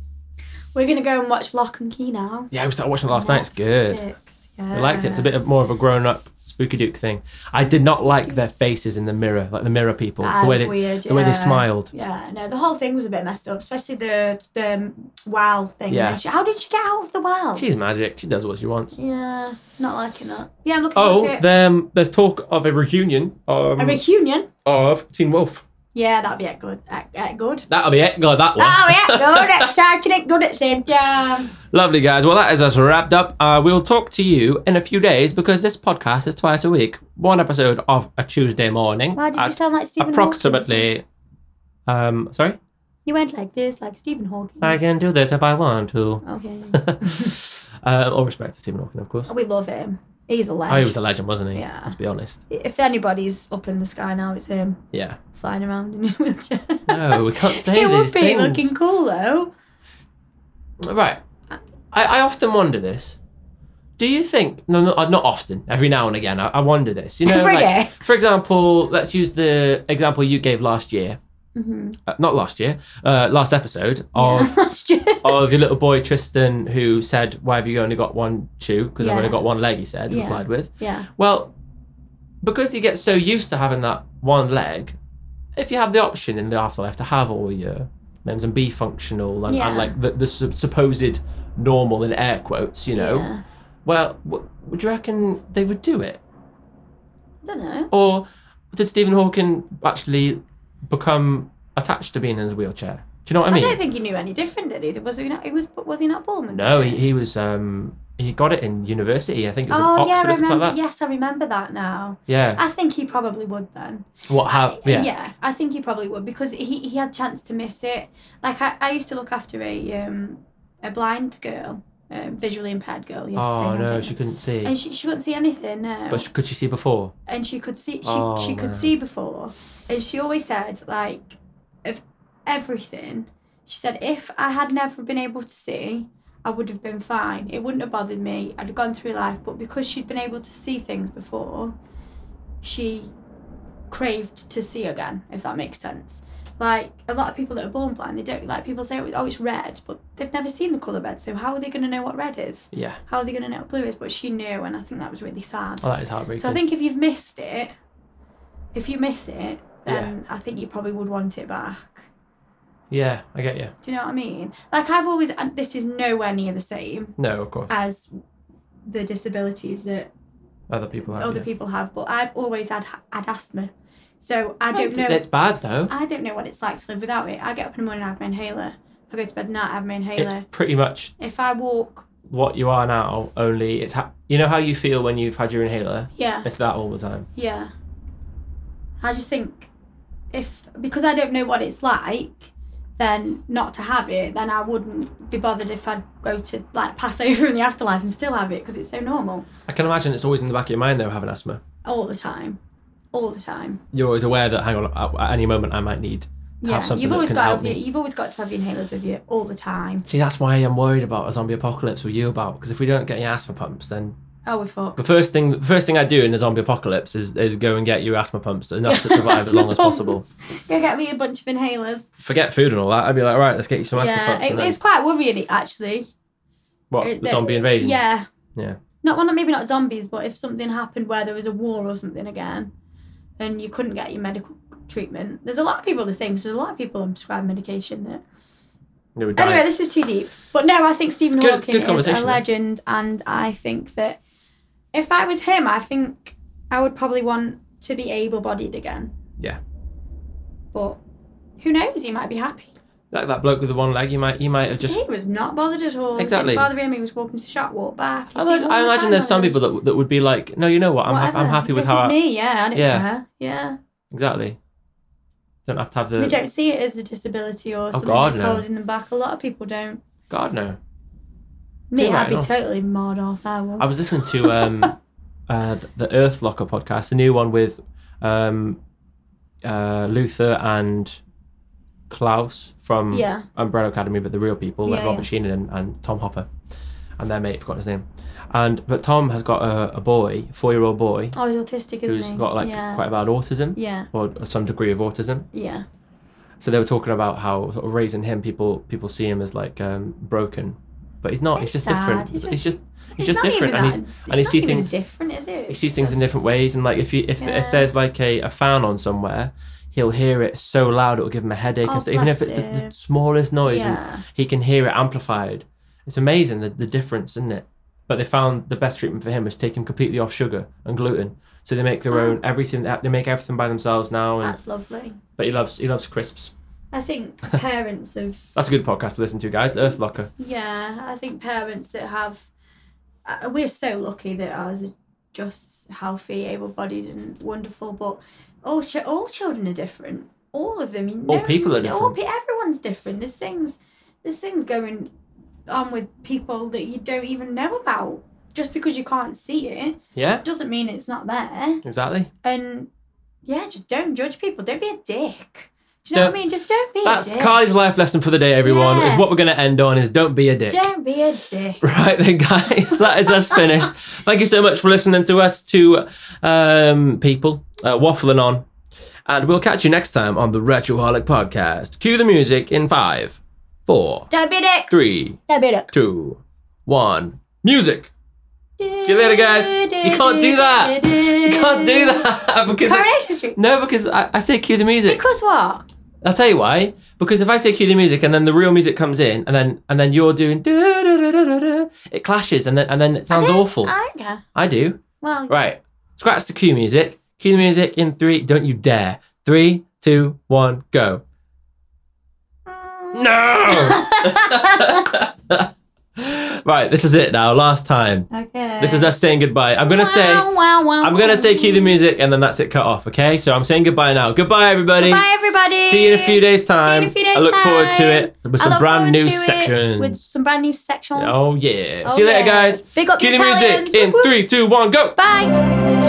[SPEAKER 2] We're gonna go and watch Lock and Key now.
[SPEAKER 1] Yeah, we started watching it last night. It's good.
[SPEAKER 2] Six, Yeah.
[SPEAKER 1] I liked it. It's a bit of more of a grown up spooky duke thing. I did not like their faces in the mirror, like the mirror people,
[SPEAKER 2] That
[SPEAKER 1] the way
[SPEAKER 2] was
[SPEAKER 1] they
[SPEAKER 2] weird,
[SPEAKER 1] the way they
[SPEAKER 2] yeah.
[SPEAKER 1] smiled.
[SPEAKER 2] Yeah, no, the whole thing was a bit messed up, especially the the um, wow thing.
[SPEAKER 1] Yeah.
[SPEAKER 2] And she- How did she get out of the well?
[SPEAKER 1] She's magic. She does what she wants.
[SPEAKER 2] yeah, not liking that. Yeah, I'm looking forward to
[SPEAKER 1] Oh,
[SPEAKER 2] it.
[SPEAKER 1] then there's talk of a reunion. Um,
[SPEAKER 2] a reunion.
[SPEAKER 1] of Teen Wolf.
[SPEAKER 2] Yeah, that'd be it. Good. At, at good.
[SPEAKER 1] That'll be it. God, that one.
[SPEAKER 2] Oh yeah, good. (laughs) Exciting. it, Good at the same time.
[SPEAKER 1] (laughs) Lovely, guys. Well, that is us wrapped up. Uh, we'll talk to you in a few days because this podcast is twice a week. One episode of a Tuesday morning.
[SPEAKER 2] Why did you
[SPEAKER 1] at
[SPEAKER 2] sound like Stephen? Hawking?
[SPEAKER 1] approximately. Um, sorry?
[SPEAKER 2] You went like this, like Stephen Hawking.
[SPEAKER 1] I can do this if I want to. (laughs)
[SPEAKER 2] Okay. Oh,
[SPEAKER 1] Uh, all respect to Stephen Hawking, of course.
[SPEAKER 2] we love him. He's a
[SPEAKER 1] Oh, he
[SPEAKER 2] legend.
[SPEAKER 1] was a legend, wasn't he?
[SPEAKER 2] Yeah.
[SPEAKER 1] Let's be honest.
[SPEAKER 2] if anybody's up in the sky now, it's him
[SPEAKER 1] Yeah.
[SPEAKER 2] flying around in his (laughs) wheelchair.
[SPEAKER 1] No, we
[SPEAKER 2] (laughs)
[SPEAKER 1] can't say
[SPEAKER 2] it would
[SPEAKER 1] these
[SPEAKER 2] be
[SPEAKER 1] things.
[SPEAKER 2] looking cool though.
[SPEAKER 1] Right. I, I often wonder this. Do you think? No, no, not often. Every now and again, I, I wonder this. You know,
[SPEAKER 2] Every
[SPEAKER 1] like,
[SPEAKER 2] day.
[SPEAKER 1] for example, let's use the example you gave last year.
[SPEAKER 2] Mm-hmm.
[SPEAKER 1] Uh, not last year, uh, last episode
[SPEAKER 2] (laughs)
[SPEAKER 1] of of your little boy Tristan who said, "Why have you only got one shoe? Because I've
[SPEAKER 2] Yeah.
[SPEAKER 1] only got one leg." He said,
[SPEAKER 2] Yeah.
[SPEAKER 1] replied with,
[SPEAKER 2] yeah.
[SPEAKER 1] "Well, because you get so used to having that one leg, if you have the option in the afterlife to have all your limbs and be functional and,
[SPEAKER 2] Yeah.
[SPEAKER 1] and like the, the su- supposed normal in air quotes, you know,
[SPEAKER 2] Yeah.
[SPEAKER 1] well, w- would you reckon they would do it?"
[SPEAKER 2] I don't know.
[SPEAKER 1] Or did Stephen Hawking actually become attached to being in his wheelchair? Do you know what I
[SPEAKER 2] I
[SPEAKER 1] mean?
[SPEAKER 2] don't think he knew any different, did he? Was he not? He was. Was he not born? with
[SPEAKER 1] no,
[SPEAKER 2] it?
[SPEAKER 1] he, he was um he got it in university. I think it was
[SPEAKER 2] Oh
[SPEAKER 1] in Oxford
[SPEAKER 2] yeah, I
[SPEAKER 1] or something
[SPEAKER 2] remember.
[SPEAKER 1] like that.
[SPEAKER 2] Yes, I remember that now.
[SPEAKER 1] Yeah.
[SPEAKER 2] I think he probably would then.
[SPEAKER 1] What how Oh, yeah.
[SPEAKER 2] I think he probably would because he, he had chance to miss it. Like I, I used to look after a um a blind girl, um, visually impaired girl. You have to say
[SPEAKER 1] Oh
[SPEAKER 2] now,
[SPEAKER 1] no,
[SPEAKER 2] don't
[SPEAKER 1] she
[SPEAKER 2] you?
[SPEAKER 1] couldn't see.
[SPEAKER 2] and she, she couldn't see anything. No.
[SPEAKER 1] but she, could she see before?
[SPEAKER 2] and she could see she,
[SPEAKER 1] Oh,
[SPEAKER 2] she
[SPEAKER 1] man.
[SPEAKER 2] could see before, and she always said like of everything. She said if I had never been able to see. I would have been fine. It wouldn't have bothered me. I'd have gone through life, but because she'd been able to see things before, she craved to see again, if that makes sense. Like a lot of people that are born blind, they don't like people say, "Oh, it's red," but they've never seen the color red. So how are they going to know what red is?
[SPEAKER 1] Yeah.
[SPEAKER 2] How are they going to know what blue is? But she knew, and I think that was really sad.
[SPEAKER 1] Well, that is heartbreaking.
[SPEAKER 2] So I think if you've missed it, if you miss it, then I think you probably would want it back.
[SPEAKER 1] yeah, I get you.
[SPEAKER 2] Do you know what I mean? Like I've always, and this is nowhere near the same
[SPEAKER 1] No, of course.
[SPEAKER 2] as the disabilities that
[SPEAKER 1] Other people have.
[SPEAKER 2] other
[SPEAKER 1] Oh, yeah.
[SPEAKER 2] people have, but I've always had had asthma, so I don't
[SPEAKER 1] It's-
[SPEAKER 2] know.
[SPEAKER 1] It's bad though.
[SPEAKER 2] I don't know what it's like to live without it. I get up in the morning, I have my inhaler. I go to bed at night, I have my
[SPEAKER 1] It's
[SPEAKER 2] inhaler.
[SPEAKER 1] pretty much
[SPEAKER 2] If I walk,
[SPEAKER 1] what you are now. Only it's ha- you know how you feel when you've had your inhaler.
[SPEAKER 2] yeah,
[SPEAKER 1] It's that all the time.
[SPEAKER 2] yeah. I just think if because I don't know what it's like, then not to have it, then I wouldn't be bothered if I'd go to like pass (laughs) over in the afterlife and still have it because it's so normal
[SPEAKER 1] I can imagine it's always in the back of your mind though, having asthma.
[SPEAKER 2] all the time, all the time.
[SPEAKER 1] You're always aware that hang on, at- at any moment I might need to have
[SPEAKER 2] Yeah,
[SPEAKER 1] something
[SPEAKER 2] you've
[SPEAKER 1] that
[SPEAKER 2] always
[SPEAKER 1] can
[SPEAKER 2] got to
[SPEAKER 1] help
[SPEAKER 2] have
[SPEAKER 1] me.
[SPEAKER 2] your, you've always got to have your inhalers with you all the time.
[SPEAKER 1] See, that's why I'm worried about a zombie apocalypse with you about because if we don't get your asthma pumps, then
[SPEAKER 2] Oh, we're fucked.
[SPEAKER 1] the first thing the first thing I do in the zombie apocalypse is, is go and get you asthma pumps enough to survive as
[SPEAKER 2] Asthma (laughs)
[SPEAKER 1] long as possible.
[SPEAKER 2] pumps. Go get me a bunch of inhalers.
[SPEAKER 1] Forget food and all that. I'd be like, right, let's get you some asthma
[SPEAKER 2] yeah,
[SPEAKER 1] pumps.
[SPEAKER 2] it,
[SPEAKER 1] and then,
[SPEAKER 2] it's quite worrying actually.
[SPEAKER 1] what
[SPEAKER 2] it-
[SPEAKER 1] the
[SPEAKER 2] that-
[SPEAKER 1] zombie invasion?
[SPEAKER 2] Yeah.
[SPEAKER 1] Yeah.
[SPEAKER 2] Not well, maybe not zombies, but if something happened where there was a war or something again, and you couldn't get your medical treatment, there's a lot of people the same. So there's a lot of people on prescribed medication that.
[SPEAKER 1] They would die.
[SPEAKER 2] Anyway, this is too deep. But no, I think Stephen
[SPEAKER 1] It's good-
[SPEAKER 2] Hawking
[SPEAKER 1] good
[SPEAKER 2] is a
[SPEAKER 1] conversation, though.
[SPEAKER 2] legend, and I think that if I was him, I think I would probably want to be able-bodied again.
[SPEAKER 1] Yeah.
[SPEAKER 2] But who knows? He might be happy.
[SPEAKER 1] like that bloke with the one leg, you might you might have just.
[SPEAKER 2] he was not bothered at all.
[SPEAKER 1] Exactly.
[SPEAKER 2] Didn't bother him. He was walking to the shop, walk back. He
[SPEAKER 1] I,
[SPEAKER 2] seemed
[SPEAKER 1] imagine,
[SPEAKER 2] all
[SPEAKER 1] I
[SPEAKER 2] the
[SPEAKER 1] imagine
[SPEAKER 2] time
[SPEAKER 1] there's some
[SPEAKER 2] bothered.
[SPEAKER 1] people that, that would be like, no, you know what, I'm, ha- I'm
[SPEAKER 2] Whatever.
[SPEAKER 1] happy with
[SPEAKER 2] this
[SPEAKER 1] how I,
[SPEAKER 2] is me. Yeah, I don't
[SPEAKER 1] Yeah.
[SPEAKER 2] care. Yeah,
[SPEAKER 1] exactly. Don't have to have
[SPEAKER 2] they
[SPEAKER 1] the
[SPEAKER 2] don't see it as a disability or something
[SPEAKER 1] Oh, God,
[SPEAKER 2] that's
[SPEAKER 1] no.
[SPEAKER 2] holding them back. A lot of people don't.
[SPEAKER 1] God no.
[SPEAKER 2] Me,
[SPEAKER 1] Do
[SPEAKER 2] I'd
[SPEAKER 1] I
[SPEAKER 2] be
[SPEAKER 1] not?
[SPEAKER 2] totally marred arse. I would.
[SPEAKER 1] I was listening to um, (laughs) uh, the Earth Locker podcast, the new one with um, uh, Luther and Klaus from
[SPEAKER 2] Yeah.
[SPEAKER 1] Umbrella Academy, but the real people, like
[SPEAKER 2] Yeah,
[SPEAKER 1] Robert Sheenan and, and Tom Hopper, and their mate, forgot his name. And but Tom has got a, a boy, four year old boy,
[SPEAKER 2] Oh, he's autistic, isn't
[SPEAKER 1] who's
[SPEAKER 2] he?
[SPEAKER 1] got like
[SPEAKER 2] yeah.
[SPEAKER 1] quite bad autism
[SPEAKER 2] yeah,
[SPEAKER 1] or some degree of autism.
[SPEAKER 2] yeah,
[SPEAKER 1] So they were talking about how sort of raising him, people people see him as like um, broken, but he's not.
[SPEAKER 2] It's
[SPEAKER 1] he's just
[SPEAKER 2] sad,
[SPEAKER 1] different.
[SPEAKER 2] he's
[SPEAKER 1] He's,
[SPEAKER 2] just-
[SPEAKER 1] just he's
[SPEAKER 2] It's
[SPEAKER 1] just
[SPEAKER 2] not
[SPEAKER 1] different,
[SPEAKER 2] even
[SPEAKER 1] and
[SPEAKER 2] that-
[SPEAKER 1] he's
[SPEAKER 2] it's
[SPEAKER 1] he
[SPEAKER 2] not
[SPEAKER 1] sees
[SPEAKER 2] even
[SPEAKER 1] things-
[SPEAKER 2] different, is it?
[SPEAKER 1] he
[SPEAKER 2] It's
[SPEAKER 1] sees things in
[SPEAKER 2] just-
[SPEAKER 1] different ways and like if you if,
[SPEAKER 2] Yeah.
[SPEAKER 1] if there's like a, a fan on somewhere he'll hear it so loud it'll give him a headache
[SPEAKER 2] Oh,
[SPEAKER 1] and so even if
[SPEAKER 2] bless
[SPEAKER 1] it's the, the
[SPEAKER 2] him.
[SPEAKER 1] smallest noise and
[SPEAKER 2] Yeah,
[SPEAKER 1] he can hear it amplified it's amazing the, the difference isn't it but they found the best treatment for him was take him completely off sugar and gluten so they make their
[SPEAKER 2] Oh.
[SPEAKER 1] own everything they make everything by themselves now and
[SPEAKER 2] that's lovely.
[SPEAKER 1] but he loves he loves crisps (laughs)
[SPEAKER 2] I think parents of
[SPEAKER 1] that's a good podcast to listen to guys earth locker
[SPEAKER 2] Yeah, I think parents that have, uh, we're so lucky that ours are just healthy, able-bodied, and wonderful. But all ch- all children are different. All of them. You
[SPEAKER 1] All
[SPEAKER 2] know,
[SPEAKER 1] people are
[SPEAKER 2] All pe- everyone's different. There's things. There's things going on with people that you don't even know about. Just because you can't see it
[SPEAKER 1] yeah
[SPEAKER 2] doesn't mean it's not there.
[SPEAKER 1] exactly
[SPEAKER 2] And yeah, just don't judge people. Don't be a dick. Do you know what I
[SPEAKER 1] Don't-
[SPEAKER 2] mean? Just don't be a
[SPEAKER 1] that's
[SPEAKER 2] dick.
[SPEAKER 1] carly's life lesson for the day everyone
[SPEAKER 2] Yeah.
[SPEAKER 1] is what we're going to end on is don't be a dick
[SPEAKER 2] Don't be a
[SPEAKER 1] (laughs)
[SPEAKER 2] dick.
[SPEAKER 1] Right then, guys, that is us finished. Thank you so much for listening to us, to um, people uh, waffling on, and we'll catch you next time on the Retroholic Podcast. Cue the music in five, four,
[SPEAKER 2] Don't be a dick.
[SPEAKER 1] three,
[SPEAKER 2] Don't be a dick.
[SPEAKER 1] two, one. Music.
[SPEAKER 2] See
[SPEAKER 1] you later, guys. You can't do that.
[SPEAKER 2] You
[SPEAKER 1] Can't do that (laughs) because
[SPEAKER 2] Coronation Street.
[SPEAKER 1] no, because I, I say cue the music.
[SPEAKER 2] Because what?
[SPEAKER 1] I'll tell you why. Because if I say cue the music and then the real music comes in and then and then you're doing da, da, da, da, da, da, it clashes and then and then it
[SPEAKER 2] I Uh,
[SPEAKER 1] sounds
[SPEAKER 2] don't-
[SPEAKER 1] awful.
[SPEAKER 2] I don't care.
[SPEAKER 1] I do.
[SPEAKER 2] Well,
[SPEAKER 1] Right. Scratch the cue music. Cue the music in three. Don't you dare. Three, two, one, go. No! (laughs) right, this is it now. Last time.
[SPEAKER 2] (laughs) okay.
[SPEAKER 1] This is us saying goodbye. I'm gonna say
[SPEAKER 2] Wow, wow, wow.
[SPEAKER 1] I'm gonna say cue the music and then that's it cut off, okay? So I'm saying goodbye now. Goodbye everybody.
[SPEAKER 2] Goodbye, everybody.
[SPEAKER 1] See you in a few days time.
[SPEAKER 2] few days
[SPEAKER 1] I look forward
[SPEAKER 2] time.
[SPEAKER 1] to it with
[SPEAKER 2] I
[SPEAKER 1] some
[SPEAKER 2] look
[SPEAKER 1] brand
[SPEAKER 2] forward
[SPEAKER 1] new
[SPEAKER 2] to it
[SPEAKER 1] sections.
[SPEAKER 2] With some brand new sections.
[SPEAKER 1] Oh yeah.
[SPEAKER 2] Oh,
[SPEAKER 1] See you later
[SPEAKER 2] yeah.
[SPEAKER 1] guys.
[SPEAKER 2] Big up
[SPEAKER 1] Cue
[SPEAKER 2] the
[SPEAKER 1] the music
[SPEAKER 2] Italians.
[SPEAKER 1] in
[SPEAKER 2] Whoop, whoop.
[SPEAKER 1] three, two, one, go!
[SPEAKER 2] Bye.